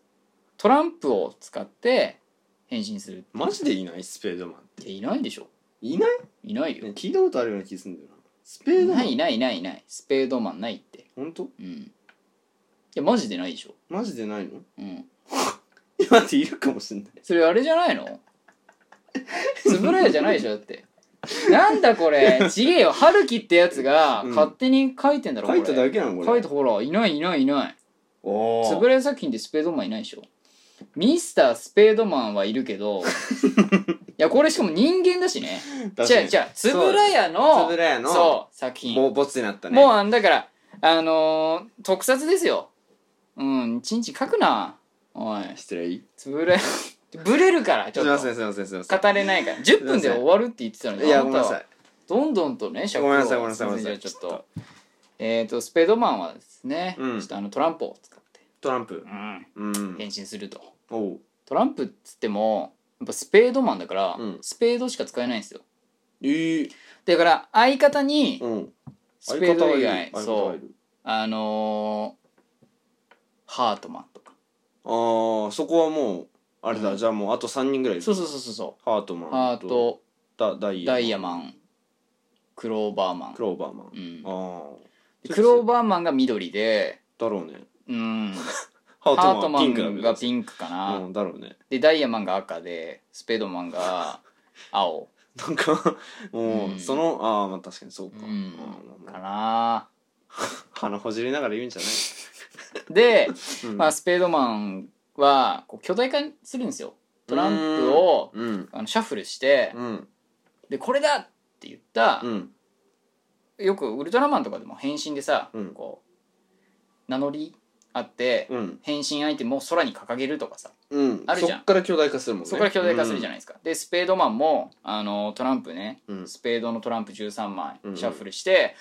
[SPEAKER 1] トランプを使って変身するって
[SPEAKER 3] マジでいないスペードマンって
[SPEAKER 1] いやいないでしょ
[SPEAKER 3] いない、
[SPEAKER 1] いないよ
[SPEAKER 3] ね、聞いたことあるような気するんだよなスペードマ
[SPEAKER 1] な
[SPEAKER 3] ン
[SPEAKER 1] いないないないスペードマンないって
[SPEAKER 3] 本当
[SPEAKER 1] うんいやマジでないでしょ
[SPEAKER 3] マジでないの
[SPEAKER 1] うん
[SPEAKER 3] いや待っているかもしれない
[SPEAKER 1] それあれじゃない のつぶらやじゃないでしょだってなんだこれちげえよ春樹ってやつが
[SPEAKER 3] うん
[SPEAKER 1] 勝手に書いてんだろ、こ
[SPEAKER 3] 書
[SPEAKER 1] れ
[SPEAKER 3] いただけなのこれ
[SPEAKER 1] 書いたほらいないいないいない
[SPEAKER 3] お
[SPEAKER 1] つ
[SPEAKER 3] ー
[SPEAKER 1] ぶらや作品でスペードマンいないでしょミスタースペードマンはいるけ どいやこれしかも人間だしね
[SPEAKER 3] 確か
[SPEAKER 1] 違う
[SPEAKER 3] に
[SPEAKER 1] 違うつぶらやの
[SPEAKER 3] つぶらやの
[SPEAKER 1] そう作品
[SPEAKER 3] もうボツになったね
[SPEAKER 1] もうあんだからあのー特撮ですようんちんちん書くなおい
[SPEAKER 3] 失礼
[SPEAKER 1] つぶれ ぶれるからち
[SPEAKER 3] す
[SPEAKER 1] ょ
[SPEAKER 3] い
[SPEAKER 1] っ
[SPEAKER 3] ません
[SPEAKER 1] と
[SPEAKER 3] すいませんすいません
[SPEAKER 1] 語れないから10分で終わるって言ってたのに
[SPEAKER 3] いや
[SPEAKER 1] あ
[SPEAKER 3] ごめ
[SPEAKER 1] た
[SPEAKER 3] んな
[SPEAKER 1] は
[SPEAKER 3] さい
[SPEAKER 1] どんどんとね尺を
[SPEAKER 3] ごめんなさいごめんなさいごめんなさい
[SPEAKER 1] じゃあちょっとえっ、とスペードマンはですね、
[SPEAKER 3] うん
[SPEAKER 1] ちょっとあのトランプを使って、
[SPEAKER 3] トランプ
[SPEAKER 1] うん
[SPEAKER 3] うん
[SPEAKER 1] 変身すると
[SPEAKER 3] おう
[SPEAKER 1] トランプっつってもやっぱスペードマンだから、
[SPEAKER 3] うん
[SPEAKER 1] スペードしか使えないんですよ
[SPEAKER 3] えー
[SPEAKER 1] だから相方に
[SPEAKER 3] うん
[SPEAKER 1] スペード以
[SPEAKER 3] 相方はい
[SPEAKER 1] 外
[SPEAKER 3] る相方
[SPEAKER 1] そ
[SPEAKER 3] はいうる
[SPEAKER 1] あのーハートマンとか
[SPEAKER 3] ああそこはもうあれだ、
[SPEAKER 1] うん
[SPEAKER 3] じゃあもうあと3人ぐらいいる
[SPEAKER 1] そうそうそうそうそ
[SPEAKER 3] ハートマ
[SPEAKER 1] う
[SPEAKER 3] ン
[SPEAKER 1] ハート
[SPEAKER 3] ダダイヤ
[SPEAKER 1] ダイヤ
[SPEAKER 3] ン
[SPEAKER 1] マンクローバーマン
[SPEAKER 3] クローバーマン、
[SPEAKER 1] うん
[SPEAKER 3] ああ
[SPEAKER 1] でクローバーマンが緑で
[SPEAKER 3] だろうね
[SPEAKER 1] うんハ
[SPEAKER 3] ハ
[SPEAKER 1] ート
[SPEAKER 3] ートマン
[SPEAKER 1] マ
[SPEAKER 3] はピンクだけ
[SPEAKER 1] ン
[SPEAKER 3] ど
[SPEAKER 1] がピンクかな、
[SPEAKER 3] うんだろうね
[SPEAKER 1] でダイヤマンが赤でスペードマンが青
[SPEAKER 3] なんかも
[SPEAKER 1] う
[SPEAKER 3] うんそのああまあ確かにそうか、
[SPEAKER 1] うん
[SPEAKER 3] まあま
[SPEAKER 1] か
[SPEAKER 3] あまあ
[SPEAKER 1] な
[SPEAKER 3] 鼻ほじりながら言うんじゃない
[SPEAKER 1] で、
[SPEAKER 3] うん
[SPEAKER 1] まあ、スペードマンはこう巨大化するんですよトランプを
[SPEAKER 3] うん
[SPEAKER 1] あのシャッフルして、
[SPEAKER 3] うん
[SPEAKER 1] でこれだって言った
[SPEAKER 3] う、ん
[SPEAKER 1] よくウルトラマンとかでも変身でさ、
[SPEAKER 3] うん
[SPEAKER 1] こう名乗りあって、
[SPEAKER 3] うん
[SPEAKER 1] 変身アイテムを空に掲げるとかさ
[SPEAKER 3] うん
[SPEAKER 1] あるじゃん
[SPEAKER 3] そっから巨大化するもんね
[SPEAKER 1] そこから巨大化するじゃ
[SPEAKER 3] ない、
[SPEAKER 1] ないですか、でスペードマンもあのトランプね、
[SPEAKER 3] うん
[SPEAKER 1] スペードのトランプ13枚
[SPEAKER 3] うんうん
[SPEAKER 1] シャッフルして、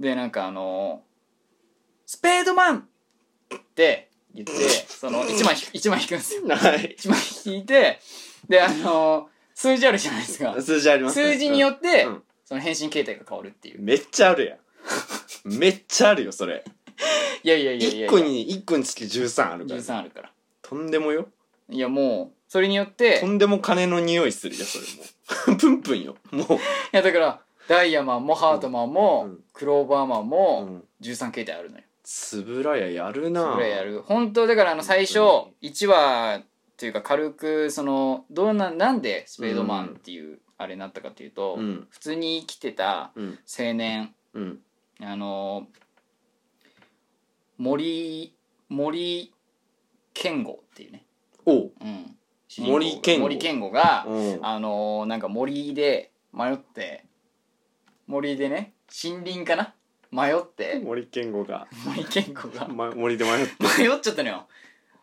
[SPEAKER 1] でなんかあの「スペードマン!」って言ってそ の1枚ひ一枚引くんですよ
[SPEAKER 3] うんはい
[SPEAKER 1] 1枚引いてであの数字あるじゃないですか
[SPEAKER 3] 数字あ りますね、
[SPEAKER 1] 数字によって、
[SPEAKER 3] うん
[SPEAKER 1] その変身形態が変わるっていう
[SPEAKER 3] めっちゃあるやん めっちゃあるよそれ
[SPEAKER 1] いやいやいやいや
[SPEAKER 3] 一個に一個につき13あるから
[SPEAKER 1] 13あるから
[SPEAKER 3] とんでもよ
[SPEAKER 1] いやもうそれによって
[SPEAKER 3] とんでも金の匂いするよそれもう プンプンよも
[SPEAKER 1] いやだからダイヤマンもハートマンも、
[SPEAKER 3] うん
[SPEAKER 1] クローバーマン
[SPEAKER 3] う、う
[SPEAKER 1] も
[SPEAKER 3] ん、
[SPEAKER 1] 13形態あるのよ
[SPEAKER 3] つぶらややるな
[SPEAKER 1] それやる本当だからあの最初
[SPEAKER 3] 本
[SPEAKER 1] 1話というか軽くそのどうななんでスペードマンっていうあれになったかというと、
[SPEAKER 3] うん
[SPEAKER 1] 普通に生きてた
[SPEAKER 3] うん
[SPEAKER 1] 青年
[SPEAKER 3] うん
[SPEAKER 1] あの森森健吾っていうね、
[SPEAKER 3] おう
[SPEAKER 1] うん、
[SPEAKER 3] 森健吾
[SPEAKER 1] 森健吾が、
[SPEAKER 3] うん
[SPEAKER 1] あのなんか森で迷って森でね森林かな迷って
[SPEAKER 3] 森健吾が、
[SPEAKER 1] 森健吾 が
[SPEAKER 3] ま、森で迷っ
[SPEAKER 1] 迷っちゃったのよ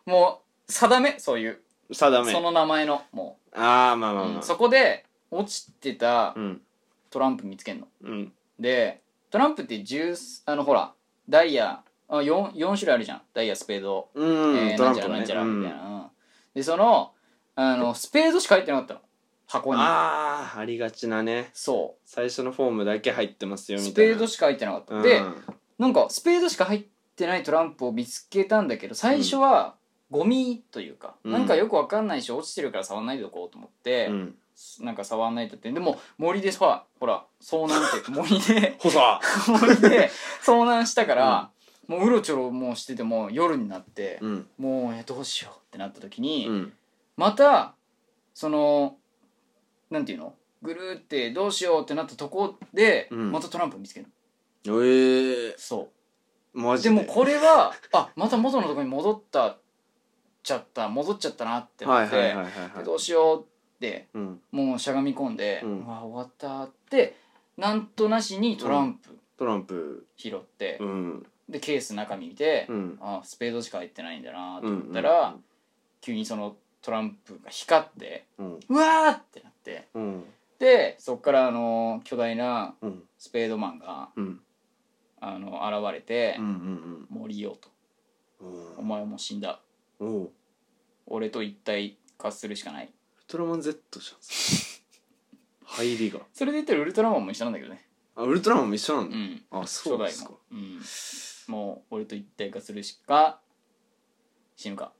[SPEAKER 1] もう定めそういう
[SPEAKER 3] た定め
[SPEAKER 1] その名前のも
[SPEAKER 3] ああまあ
[SPEAKER 1] う、
[SPEAKER 3] まあ
[SPEAKER 1] う
[SPEAKER 3] ま
[SPEAKER 1] ん
[SPEAKER 3] あ
[SPEAKER 1] そこで落ちてた
[SPEAKER 3] うん
[SPEAKER 1] トランプ見つけんの
[SPEAKER 3] うん
[SPEAKER 1] でトランプって10あのほらダイヤあ 4, 4種類あるじゃんダイヤスペード、
[SPEAKER 3] うん、
[SPEAKER 1] えー
[SPEAKER 3] トラ
[SPEAKER 1] な
[SPEAKER 3] ン
[SPEAKER 1] んち
[SPEAKER 3] プ
[SPEAKER 1] ゃらなんちゃ
[SPEAKER 3] ね
[SPEAKER 1] らみたい
[SPEAKER 3] うん
[SPEAKER 1] な、うんでそのあのスペードしか入ってなかったの箱に
[SPEAKER 3] ああありがちなね
[SPEAKER 1] そ
[SPEAKER 3] 最初のフォームだけ入ってます
[SPEAKER 1] う
[SPEAKER 3] よみ
[SPEAKER 1] ス
[SPEAKER 3] たい
[SPEAKER 1] ペ
[SPEAKER 3] な
[SPEAKER 1] ードしか入ってなかった、
[SPEAKER 3] うん
[SPEAKER 1] でなんかスペードしか入ってないトランプを見つけたんだけど最初はゴミというか、
[SPEAKER 3] うん
[SPEAKER 1] なんかよくわかんないし落ちてるから触んないでおこうと思って、
[SPEAKER 3] うん
[SPEAKER 1] なんか触んないとってでも森でさほら遭難っていう か森で
[SPEAKER 3] ほさ
[SPEAKER 1] 森で遭難したから、もううろちょろもうしてても夜になって、
[SPEAKER 3] うん
[SPEAKER 1] もうえどうしようってなった時に、
[SPEAKER 3] うん
[SPEAKER 1] またそのなんていうのぐるーってどうしようってなったとこで、
[SPEAKER 3] うん
[SPEAKER 1] またトランプ見つけるの
[SPEAKER 3] えー、
[SPEAKER 1] そう
[SPEAKER 3] マジ
[SPEAKER 1] で
[SPEAKER 3] で
[SPEAKER 1] もこれはあまた元のとこに戻ったちゃった戻っちゃったなって
[SPEAKER 3] は
[SPEAKER 1] ないって、
[SPEAKER 3] はいはいはいはい
[SPEAKER 1] でどうしようって
[SPEAKER 3] うん、
[SPEAKER 1] もうしゃがみ込んで、
[SPEAKER 3] う
[SPEAKER 1] うんわ終わったってなんとなしにトランプ
[SPEAKER 3] トランプ
[SPEAKER 1] 拾って、
[SPEAKER 3] うん
[SPEAKER 1] でケース中身見て、
[SPEAKER 3] うん
[SPEAKER 1] あスペードしか入ってないんだなと
[SPEAKER 3] うん
[SPEAKER 1] 思ったら、急にそのトランプが光って
[SPEAKER 3] うん
[SPEAKER 1] うわーってなって
[SPEAKER 3] うん
[SPEAKER 1] でそっからあの巨大な
[SPEAKER 3] うん
[SPEAKER 1] スペードマンが
[SPEAKER 3] うん
[SPEAKER 1] あの現れて
[SPEAKER 3] うんうん
[SPEAKER 1] 「森よ」と
[SPEAKER 3] う
[SPEAKER 1] 「
[SPEAKER 3] ん
[SPEAKER 1] お前はもう死んだ」
[SPEAKER 3] おおウ
[SPEAKER 1] 俺と一体化するしかない
[SPEAKER 3] ルトラマン Z じゃん入りが
[SPEAKER 1] それで言ったらウルトラマンも一緒なんだけどね
[SPEAKER 3] あウルトラマンも一緒な
[SPEAKER 1] うん
[SPEAKER 3] だ、
[SPEAKER 1] ん
[SPEAKER 3] あそうです
[SPEAKER 1] 初代
[SPEAKER 3] か
[SPEAKER 1] も、うん、もう俺と一体化するしか死ぬ か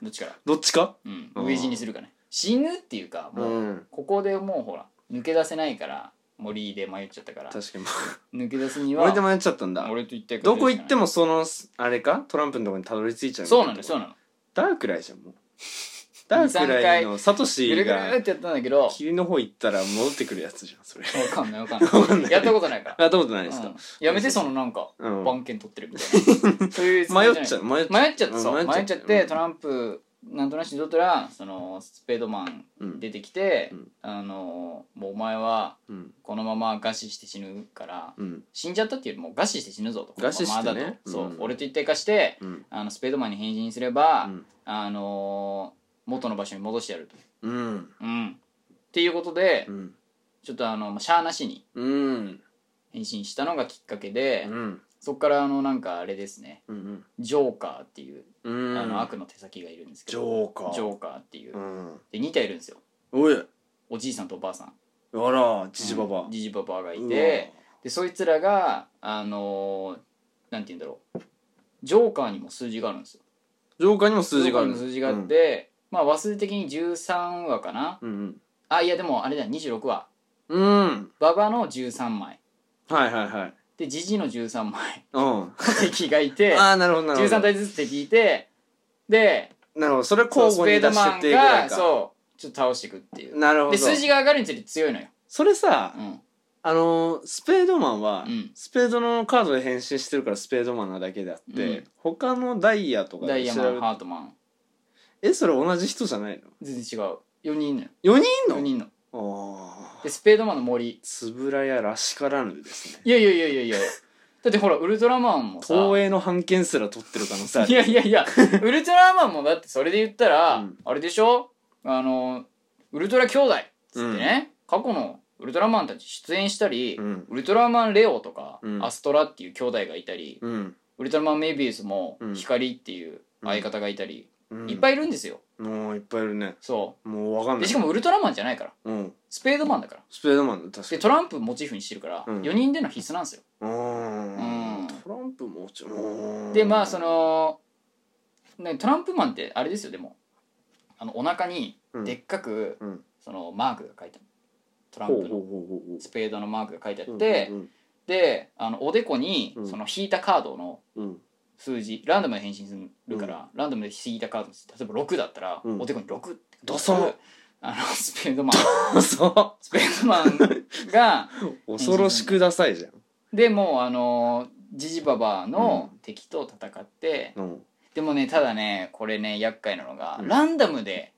[SPEAKER 1] どっちから、
[SPEAKER 3] どっちか
[SPEAKER 1] うん、
[SPEAKER 3] うん
[SPEAKER 1] 飢え死にするかね死ぬっていうかもう、
[SPEAKER 3] うん
[SPEAKER 1] ここでもうほら抜け出せないから森で迷っちゃったから
[SPEAKER 3] 確かに
[SPEAKER 1] 抜け出すには
[SPEAKER 3] 俺で迷っちゃったんだ
[SPEAKER 1] 俺と一体化する
[SPEAKER 3] ど
[SPEAKER 1] しかない
[SPEAKER 3] こ行ってもそのあれかトランプのとこにたどり着いちゃう
[SPEAKER 1] そうなんだよそうなの
[SPEAKER 3] ダークライじゃんもうダークライのサト
[SPEAKER 1] ぐる
[SPEAKER 3] シ
[SPEAKER 1] ぐるっ
[SPEAKER 3] が
[SPEAKER 1] てやったんだけど
[SPEAKER 3] 霧の方行ったら戻ってくるやつじゃんそれ
[SPEAKER 1] わかんないわかんないやったことないから
[SPEAKER 3] あったことないです
[SPEAKER 1] う
[SPEAKER 3] か
[SPEAKER 1] ん、やめてそのなんか
[SPEAKER 3] うん
[SPEAKER 1] 番犬取ってるみたい なそういうつもり
[SPEAKER 3] 迷
[SPEAKER 1] じ
[SPEAKER 3] っちゃ
[SPEAKER 1] ゃ
[SPEAKER 3] う迷っちゃう
[SPEAKER 1] ない迷っちゃってそううん迷っちゃってト
[SPEAKER 3] ン
[SPEAKER 1] ランプなんとなしに取ったらそのスペードマン
[SPEAKER 3] うん
[SPEAKER 1] 出てきて
[SPEAKER 3] うん
[SPEAKER 1] あのもうお前は
[SPEAKER 3] うん
[SPEAKER 1] このまま餓死して死ぬから
[SPEAKER 3] うん
[SPEAKER 1] 死んじゃったっていうよりも餓死して死ぬぞと
[SPEAKER 3] 餓死してね
[SPEAKER 1] このままだとそううん俺と一体化して
[SPEAKER 3] うん
[SPEAKER 1] あのスペードマンに変身すれ
[SPEAKER 3] う
[SPEAKER 1] ば
[SPEAKER 3] ん
[SPEAKER 1] あの元の場所に戻してやると
[SPEAKER 3] うん
[SPEAKER 1] うんっていうことで
[SPEAKER 3] うん
[SPEAKER 1] ちょっとあのまあシャアなしに
[SPEAKER 3] うん
[SPEAKER 1] 変身したのがきっかけで
[SPEAKER 3] うん
[SPEAKER 1] そっからあのなんかあれですね
[SPEAKER 3] うん
[SPEAKER 1] ジョーカーっていう
[SPEAKER 3] うん
[SPEAKER 1] あの悪の手先がいるんですけ
[SPEAKER 3] ジ
[SPEAKER 1] ど
[SPEAKER 3] ョーカー
[SPEAKER 1] ジョーカーっていう、
[SPEAKER 3] うん
[SPEAKER 1] で2体いるんですよ
[SPEAKER 3] おい
[SPEAKER 1] おじいさんとおばあさん
[SPEAKER 3] あらジジババ
[SPEAKER 1] うんジジババアがいてでそいつらがあのーなんて言うんだろうジョーカーにも数字があるんですよ
[SPEAKER 3] ジョーカーにも数字があ
[SPEAKER 1] ジ
[SPEAKER 3] る
[SPEAKER 1] ョーカーにも数字があって、まあ話数的に13話かな
[SPEAKER 3] うん
[SPEAKER 1] あいやでもあれだ26話
[SPEAKER 3] うんうん
[SPEAKER 1] ババの13枚
[SPEAKER 3] はいはいはい
[SPEAKER 1] でジジイの13枚
[SPEAKER 3] うん
[SPEAKER 1] 敵がいて
[SPEAKER 3] ああなるほどなるほ
[SPEAKER 1] 13
[SPEAKER 3] ど
[SPEAKER 1] 体ずつ敵いてで
[SPEAKER 3] なるほどそれ
[SPEAKER 1] そう
[SPEAKER 3] 交
[SPEAKER 1] ス
[SPEAKER 3] 互
[SPEAKER 1] ペー
[SPEAKER 3] に
[SPEAKER 1] ド
[SPEAKER 3] 出して
[SPEAKER 1] マ
[SPEAKER 3] っ
[SPEAKER 1] ン
[SPEAKER 3] ていうぐらい
[SPEAKER 1] が
[SPEAKER 3] か
[SPEAKER 1] そうちょっと倒していくっていう
[SPEAKER 3] なるほど
[SPEAKER 1] で数字が上がるにつれて強いのよ、
[SPEAKER 3] それさ
[SPEAKER 1] うん、
[SPEAKER 3] あのースペードマンは
[SPEAKER 1] うん
[SPEAKER 3] スペードのカードで変身してるからスペードマンなだけであって、
[SPEAKER 1] うん
[SPEAKER 3] 他のダイヤとか
[SPEAKER 1] ダイ
[SPEAKER 3] で
[SPEAKER 1] ヤ
[SPEAKER 3] 調
[SPEAKER 1] マン
[SPEAKER 3] べ
[SPEAKER 1] ハートマン
[SPEAKER 3] えそれ同じ人じゃない
[SPEAKER 1] 全然違う4人いんのよ
[SPEAKER 3] の4人いん
[SPEAKER 1] 4
[SPEAKER 3] の
[SPEAKER 1] 人の
[SPEAKER 3] ああ
[SPEAKER 1] でスペードマンの森
[SPEAKER 3] つぶらやらしからぬですね
[SPEAKER 1] いやいやいやい やいやだってほらウルトラマンもさ
[SPEAKER 3] 東映の版権すら取ってる可能性あ
[SPEAKER 1] い
[SPEAKER 3] る
[SPEAKER 1] やいやいやウルトラマンもだってそれで言ったら、
[SPEAKER 3] うん
[SPEAKER 1] あれでしょあのウルトラ兄弟っつってね、過去のウルトラマンたち出演したり、
[SPEAKER 3] うん
[SPEAKER 1] ウルトラマンレオとか、
[SPEAKER 3] うん
[SPEAKER 1] アストラっていう兄弟がいたり、
[SPEAKER 3] うん、
[SPEAKER 1] ウルトラマンメビウスも
[SPEAKER 3] うん
[SPEAKER 1] 光っていう相方がいたり、
[SPEAKER 3] うん、
[SPEAKER 1] いっぱ
[SPEAKER 3] い
[SPEAKER 1] いいるんですよ
[SPEAKER 3] もういっぱいいるね
[SPEAKER 1] そ
[SPEAKER 3] もうわかん
[SPEAKER 1] う
[SPEAKER 3] な
[SPEAKER 1] で
[SPEAKER 3] い
[SPEAKER 1] しかもウルトラマンじゃないから
[SPEAKER 3] うん
[SPEAKER 1] スペードマンだから
[SPEAKER 3] スペードマンだ確か
[SPEAKER 1] で
[SPEAKER 3] に
[SPEAKER 1] トランプモチーフにしてるから、
[SPEAKER 3] うん
[SPEAKER 1] 4人での必須なんですよ、
[SPEAKER 3] うー
[SPEAKER 1] うん
[SPEAKER 3] んトランプもちろん
[SPEAKER 1] でまあその、ね、トランプマンってあれですよでもあのお腹に
[SPEAKER 3] うん
[SPEAKER 1] でっかく、
[SPEAKER 3] うん
[SPEAKER 1] そのマークが書いてあるトラ
[SPEAKER 3] ほう
[SPEAKER 1] ン
[SPEAKER 3] ほ
[SPEAKER 1] プ
[SPEAKER 3] うほう
[SPEAKER 1] の
[SPEAKER 3] ほうほ
[SPEAKER 1] スペードのマークが書いてあ
[SPEAKER 3] う
[SPEAKER 1] って、
[SPEAKER 3] うん
[SPEAKER 1] であのおでこに
[SPEAKER 3] うん
[SPEAKER 1] その引いたカードの
[SPEAKER 3] うん
[SPEAKER 1] 数字ランダムで変身するから、ランダムで引いたカードの数字例えば6だったら、
[SPEAKER 3] うん
[SPEAKER 1] おでこに6って
[SPEAKER 3] ドソン
[SPEAKER 1] あのスペードマン
[SPEAKER 3] うんそ
[SPEAKER 1] スペードマンが
[SPEAKER 3] う恐ろしくダサいじゃん
[SPEAKER 1] でもうあのジジババアの敵と戦って、
[SPEAKER 3] うん
[SPEAKER 1] でもねただねこれね厄介なのが、
[SPEAKER 3] うん
[SPEAKER 1] ランダムで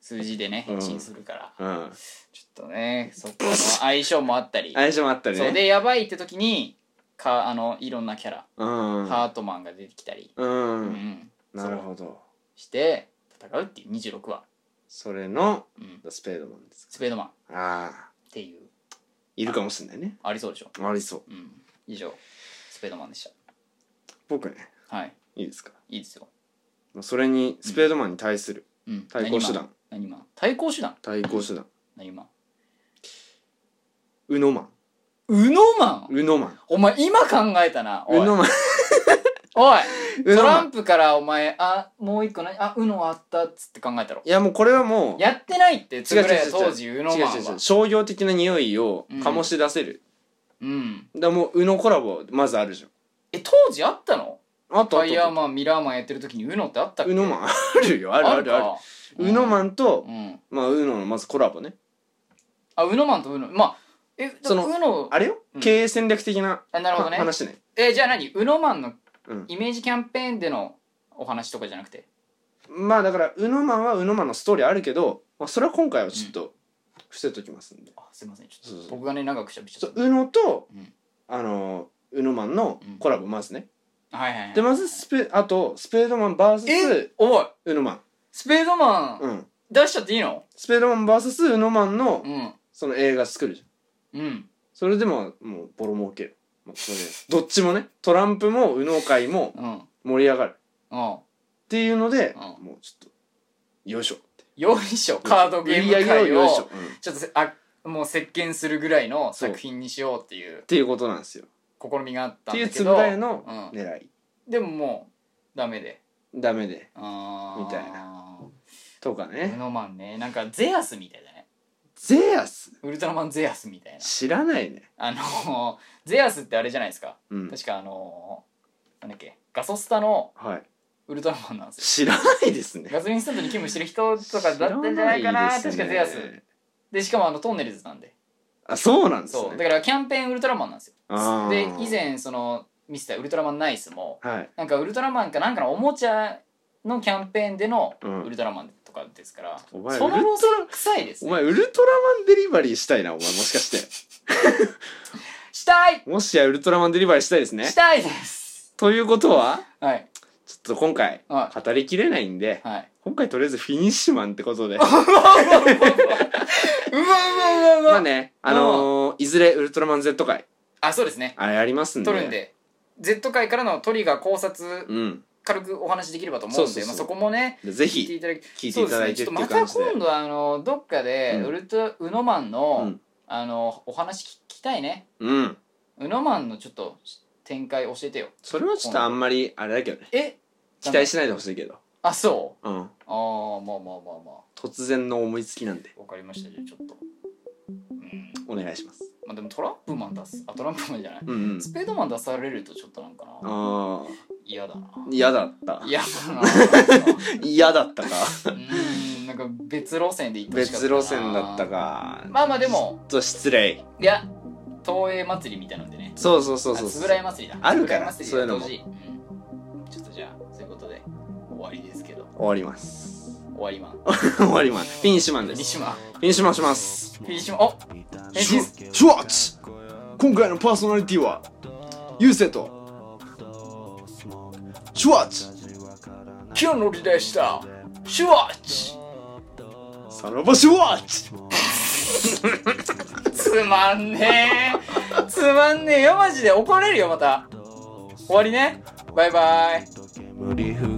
[SPEAKER 1] 数字でね変
[SPEAKER 3] うん
[SPEAKER 1] 身するから、
[SPEAKER 3] うん
[SPEAKER 1] ちょっとねそこの相性もあったり、
[SPEAKER 3] 相性もあったりね
[SPEAKER 1] そうでやばいって時にかあのいろんなキャラ、
[SPEAKER 3] うん
[SPEAKER 1] ハートマンが出てきたり、
[SPEAKER 3] う
[SPEAKER 1] うんん
[SPEAKER 3] なるほど
[SPEAKER 1] して戦うっていう26話、
[SPEAKER 3] それの
[SPEAKER 1] うん、
[SPEAKER 3] スペードマンです
[SPEAKER 1] スペードマンっ
[SPEAKER 3] ああ
[SPEAKER 1] ていう
[SPEAKER 3] いるかもしれないね
[SPEAKER 1] ありそうでしょ、
[SPEAKER 3] ありそう
[SPEAKER 1] うん、以上スペードマンでし
[SPEAKER 3] 僕ね
[SPEAKER 1] たはい
[SPEAKER 3] いいですか
[SPEAKER 1] いいですよ、
[SPEAKER 3] もうそれにスペードマンに対する
[SPEAKER 1] うん、
[SPEAKER 3] 対抗手段
[SPEAKER 1] 何マン何マン対抗手段
[SPEAKER 3] 対抗手段
[SPEAKER 1] 何マン
[SPEAKER 3] ウノマン
[SPEAKER 1] うのマン
[SPEAKER 3] ウノマン
[SPEAKER 1] お前今考えたな
[SPEAKER 3] ウ
[SPEAKER 1] おい
[SPEAKER 3] ノマン
[SPEAKER 1] おい
[SPEAKER 3] ウ
[SPEAKER 1] ト
[SPEAKER 3] ノマ
[SPEAKER 1] ラ
[SPEAKER 3] ン
[SPEAKER 1] ンプからお前あもう一個何あうのあったっつって考えたろ
[SPEAKER 3] いやもうこれはもう
[SPEAKER 1] やってないってつぶらや
[SPEAKER 3] 違う違う違う
[SPEAKER 1] 当時うのマン
[SPEAKER 3] 違う
[SPEAKER 1] は
[SPEAKER 3] 違う違う商業的な匂いを
[SPEAKER 1] うん
[SPEAKER 3] 醸し出せる、
[SPEAKER 1] うん
[SPEAKER 3] だからもうウノコラボまずあるじ
[SPEAKER 1] え当時あったの
[SPEAKER 3] ゃんあと
[SPEAKER 1] フ
[SPEAKER 3] あ
[SPEAKER 1] ァイヤー
[SPEAKER 3] と
[SPEAKER 1] マンミラーマンやってる時にうのってあったっけ
[SPEAKER 3] ウノマンあるよあるあるある
[SPEAKER 1] か
[SPEAKER 3] ウノマンと、
[SPEAKER 1] うん
[SPEAKER 3] まあウノのまずコラボね
[SPEAKER 1] あうのマンとうのまあえ
[SPEAKER 3] そ
[SPEAKER 1] そ
[SPEAKER 3] の
[SPEAKER 1] のうの
[SPEAKER 3] あれよ、
[SPEAKER 1] うん
[SPEAKER 3] 経営戦略的な
[SPEAKER 1] あなるほどね
[SPEAKER 3] 話ね
[SPEAKER 1] えじゃあ何うのマンの
[SPEAKER 3] うん
[SPEAKER 1] イメージキャンペーンでのお話とかじゃなくて
[SPEAKER 3] まあだからウノマンはウノマンのストーリーあるけど、まあ、それは今回はちょっと伏せときますんで、
[SPEAKER 1] あすいませんちょ
[SPEAKER 3] そう
[SPEAKER 1] っ
[SPEAKER 3] そう
[SPEAKER 1] と僕がね長くしゃべっち
[SPEAKER 3] そ
[SPEAKER 1] ゃっ
[SPEAKER 3] うウノと、
[SPEAKER 1] うん
[SPEAKER 3] あのウノマンのコラボまずね、
[SPEAKER 1] たはいはいはい
[SPEAKER 3] でまずスペあとスペードマン VS
[SPEAKER 1] えおい
[SPEAKER 3] ウノマ
[SPEAKER 1] スペードマ
[SPEAKER 3] ン、
[SPEAKER 1] ン
[SPEAKER 3] うん、
[SPEAKER 1] 出しちゃっていいの
[SPEAKER 3] スペードマン VS ウノマンの
[SPEAKER 1] うん
[SPEAKER 3] その映画作るじゃん
[SPEAKER 1] うん
[SPEAKER 3] それでももうボロ儲ける、まあ、それでどっちもねトランプも右脳会も
[SPEAKER 1] うん
[SPEAKER 3] 盛り上がるっ
[SPEAKER 1] うん
[SPEAKER 3] ていうので、
[SPEAKER 1] う
[SPEAKER 3] もうちょっとよいしょって
[SPEAKER 1] よいしょカードゲーム
[SPEAKER 3] 売り上
[SPEAKER 1] 界
[SPEAKER 3] げをよいしょ、
[SPEAKER 1] を
[SPEAKER 3] うんっ
[SPEAKER 1] ちょっとせあもう席巻するぐらいの
[SPEAKER 3] そう
[SPEAKER 1] 作品にしようっていう
[SPEAKER 3] ていうことなんですよ
[SPEAKER 1] 試みがあっ
[SPEAKER 3] った
[SPEAKER 1] ん
[SPEAKER 3] ていう
[SPEAKER 1] だけ
[SPEAKER 3] つぶらや
[SPEAKER 1] ど
[SPEAKER 3] の
[SPEAKER 1] うん
[SPEAKER 3] 狙い、
[SPEAKER 1] でももうダメで
[SPEAKER 3] ダメで
[SPEAKER 1] あー
[SPEAKER 3] みたいとかね、
[SPEAKER 1] ウノマンねなんかゼアスみたいだね
[SPEAKER 3] ゼアス
[SPEAKER 1] ウルトラマンゼアスみたいな
[SPEAKER 3] 知らないね
[SPEAKER 1] あのゼアスってあれじゃないですか
[SPEAKER 3] うん
[SPEAKER 1] 確かあのなんだっけガソスタの
[SPEAKER 3] はい
[SPEAKER 1] ウルトラマンなんですよ
[SPEAKER 3] 知らないですね
[SPEAKER 1] ガソリンスタンドに勤務してる人とかだったんじゃないかな
[SPEAKER 3] 知
[SPEAKER 1] 確
[SPEAKER 3] らです
[SPEAKER 1] か
[SPEAKER 3] ね
[SPEAKER 1] ゼアスでしかもあのトンネルズなんで
[SPEAKER 3] あそうなんですね
[SPEAKER 1] そうだからキャンペーンウルトラマンなんですよ
[SPEAKER 3] あ
[SPEAKER 1] で
[SPEAKER 3] ー
[SPEAKER 1] 以前その見せたウルトラマンナイスも
[SPEAKER 3] はい
[SPEAKER 1] なんかウルトラマンかなんかのおもちゃのキャンペーンでの
[SPEAKER 3] うん
[SPEAKER 1] ウルトラマンとかですから、
[SPEAKER 3] お前
[SPEAKER 1] その
[SPEAKER 3] ウル
[SPEAKER 1] 路線臭いです
[SPEAKER 3] お
[SPEAKER 1] ね
[SPEAKER 3] 前ウルトラマンデリバリーした いなお前もしかして
[SPEAKER 1] したい
[SPEAKER 3] もしやウルトラマンデリバリーしたいですね
[SPEAKER 1] したいです
[SPEAKER 3] ということは
[SPEAKER 1] はい
[SPEAKER 3] ちょっと今回
[SPEAKER 1] は
[SPEAKER 3] 語りきれないんで
[SPEAKER 1] いはい
[SPEAKER 3] 今回とりあえずフィニッシュマンっ てことで
[SPEAKER 1] うわうわうわうわ
[SPEAKER 3] まあねあのーいずれウルトラマン Z 回
[SPEAKER 1] あそうですね
[SPEAKER 3] あれありますんで
[SPEAKER 1] 撮るんで Z 界からのトリガー考察
[SPEAKER 3] うん
[SPEAKER 1] 軽くお話できればと思うんで
[SPEAKER 3] そうそうそう
[SPEAKER 1] まあ、そこもね
[SPEAKER 3] でぜ
[SPEAKER 1] 聞いて
[SPEAKER 3] ひ
[SPEAKER 1] いただき
[SPEAKER 3] 聞いていただいてっ
[SPEAKER 1] そ
[SPEAKER 3] て
[SPEAKER 1] うですねちょっと
[SPEAKER 3] いう
[SPEAKER 1] ま
[SPEAKER 3] 感
[SPEAKER 1] た
[SPEAKER 3] じで
[SPEAKER 1] 今度あのどっかで
[SPEAKER 3] うん
[SPEAKER 1] ウルトウノマンの、
[SPEAKER 3] うん
[SPEAKER 1] あのお話聞きたいね
[SPEAKER 3] うん
[SPEAKER 1] ウノマンのちょっと展開教えてよ
[SPEAKER 3] それはちょっとあんまりあれだけどね
[SPEAKER 1] え
[SPEAKER 3] 期待しないでほしいけど
[SPEAKER 1] あそう
[SPEAKER 3] う
[SPEAKER 1] あ
[SPEAKER 3] ん
[SPEAKER 1] あまあまあまあま
[SPEAKER 3] 突然の思いつきなんで
[SPEAKER 1] あわかりましたじゃあちょっと、うん、
[SPEAKER 3] お願いします
[SPEAKER 1] まあ、でもトランプマン出すあトランプマンじゃない
[SPEAKER 3] うんうん
[SPEAKER 1] スペードマン出されるとちょっとなんかな
[SPEAKER 3] ああ
[SPEAKER 1] 嫌だな
[SPEAKER 3] 嫌だった
[SPEAKER 1] 嫌だななん か
[SPEAKER 3] 嫌だったか
[SPEAKER 1] うーんなんか別路線で行ってほしかった
[SPEAKER 3] 別
[SPEAKER 1] な
[SPEAKER 3] 路線だったか
[SPEAKER 1] まあまあでも
[SPEAKER 3] ちょっと失礼
[SPEAKER 1] いや東映祭りみたいなんでね
[SPEAKER 3] そうそうそうそう
[SPEAKER 1] つぶらい祭りだ
[SPEAKER 3] あるから
[SPEAKER 1] つぶらい祭りやってほ
[SPEAKER 3] そう
[SPEAKER 1] しいうんちょっとじゃあそういうことで終わりですけど
[SPEAKER 3] 終わります
[SPEAKER 1] 終わりまん
[SPEAKER 3] 終わりますフィニッシュマン
[SPEAKER 1] フィ
[SPEAKER 3] で
[SPEAKER 1] ニッ
[SPEAKER 3] す
[SPEAKER 1] シュマン
[SPEAKER 3] フィニッシュマンします
[SPEAKER 1] フィニッシュマンお変身
[SPEAKER 3] シュシュワッチ今回のパーソナリティはユウセイとシュワッチ
[SPEAKER 1] 今日のリレーしたシュワッチ
[SPEAKER 3] さらばシュワッチ
[SPEAKER 1] つまんねえつまんねえよマジで怒られるよまた終わりねバイバイ
[SPEAKER 4] 無理不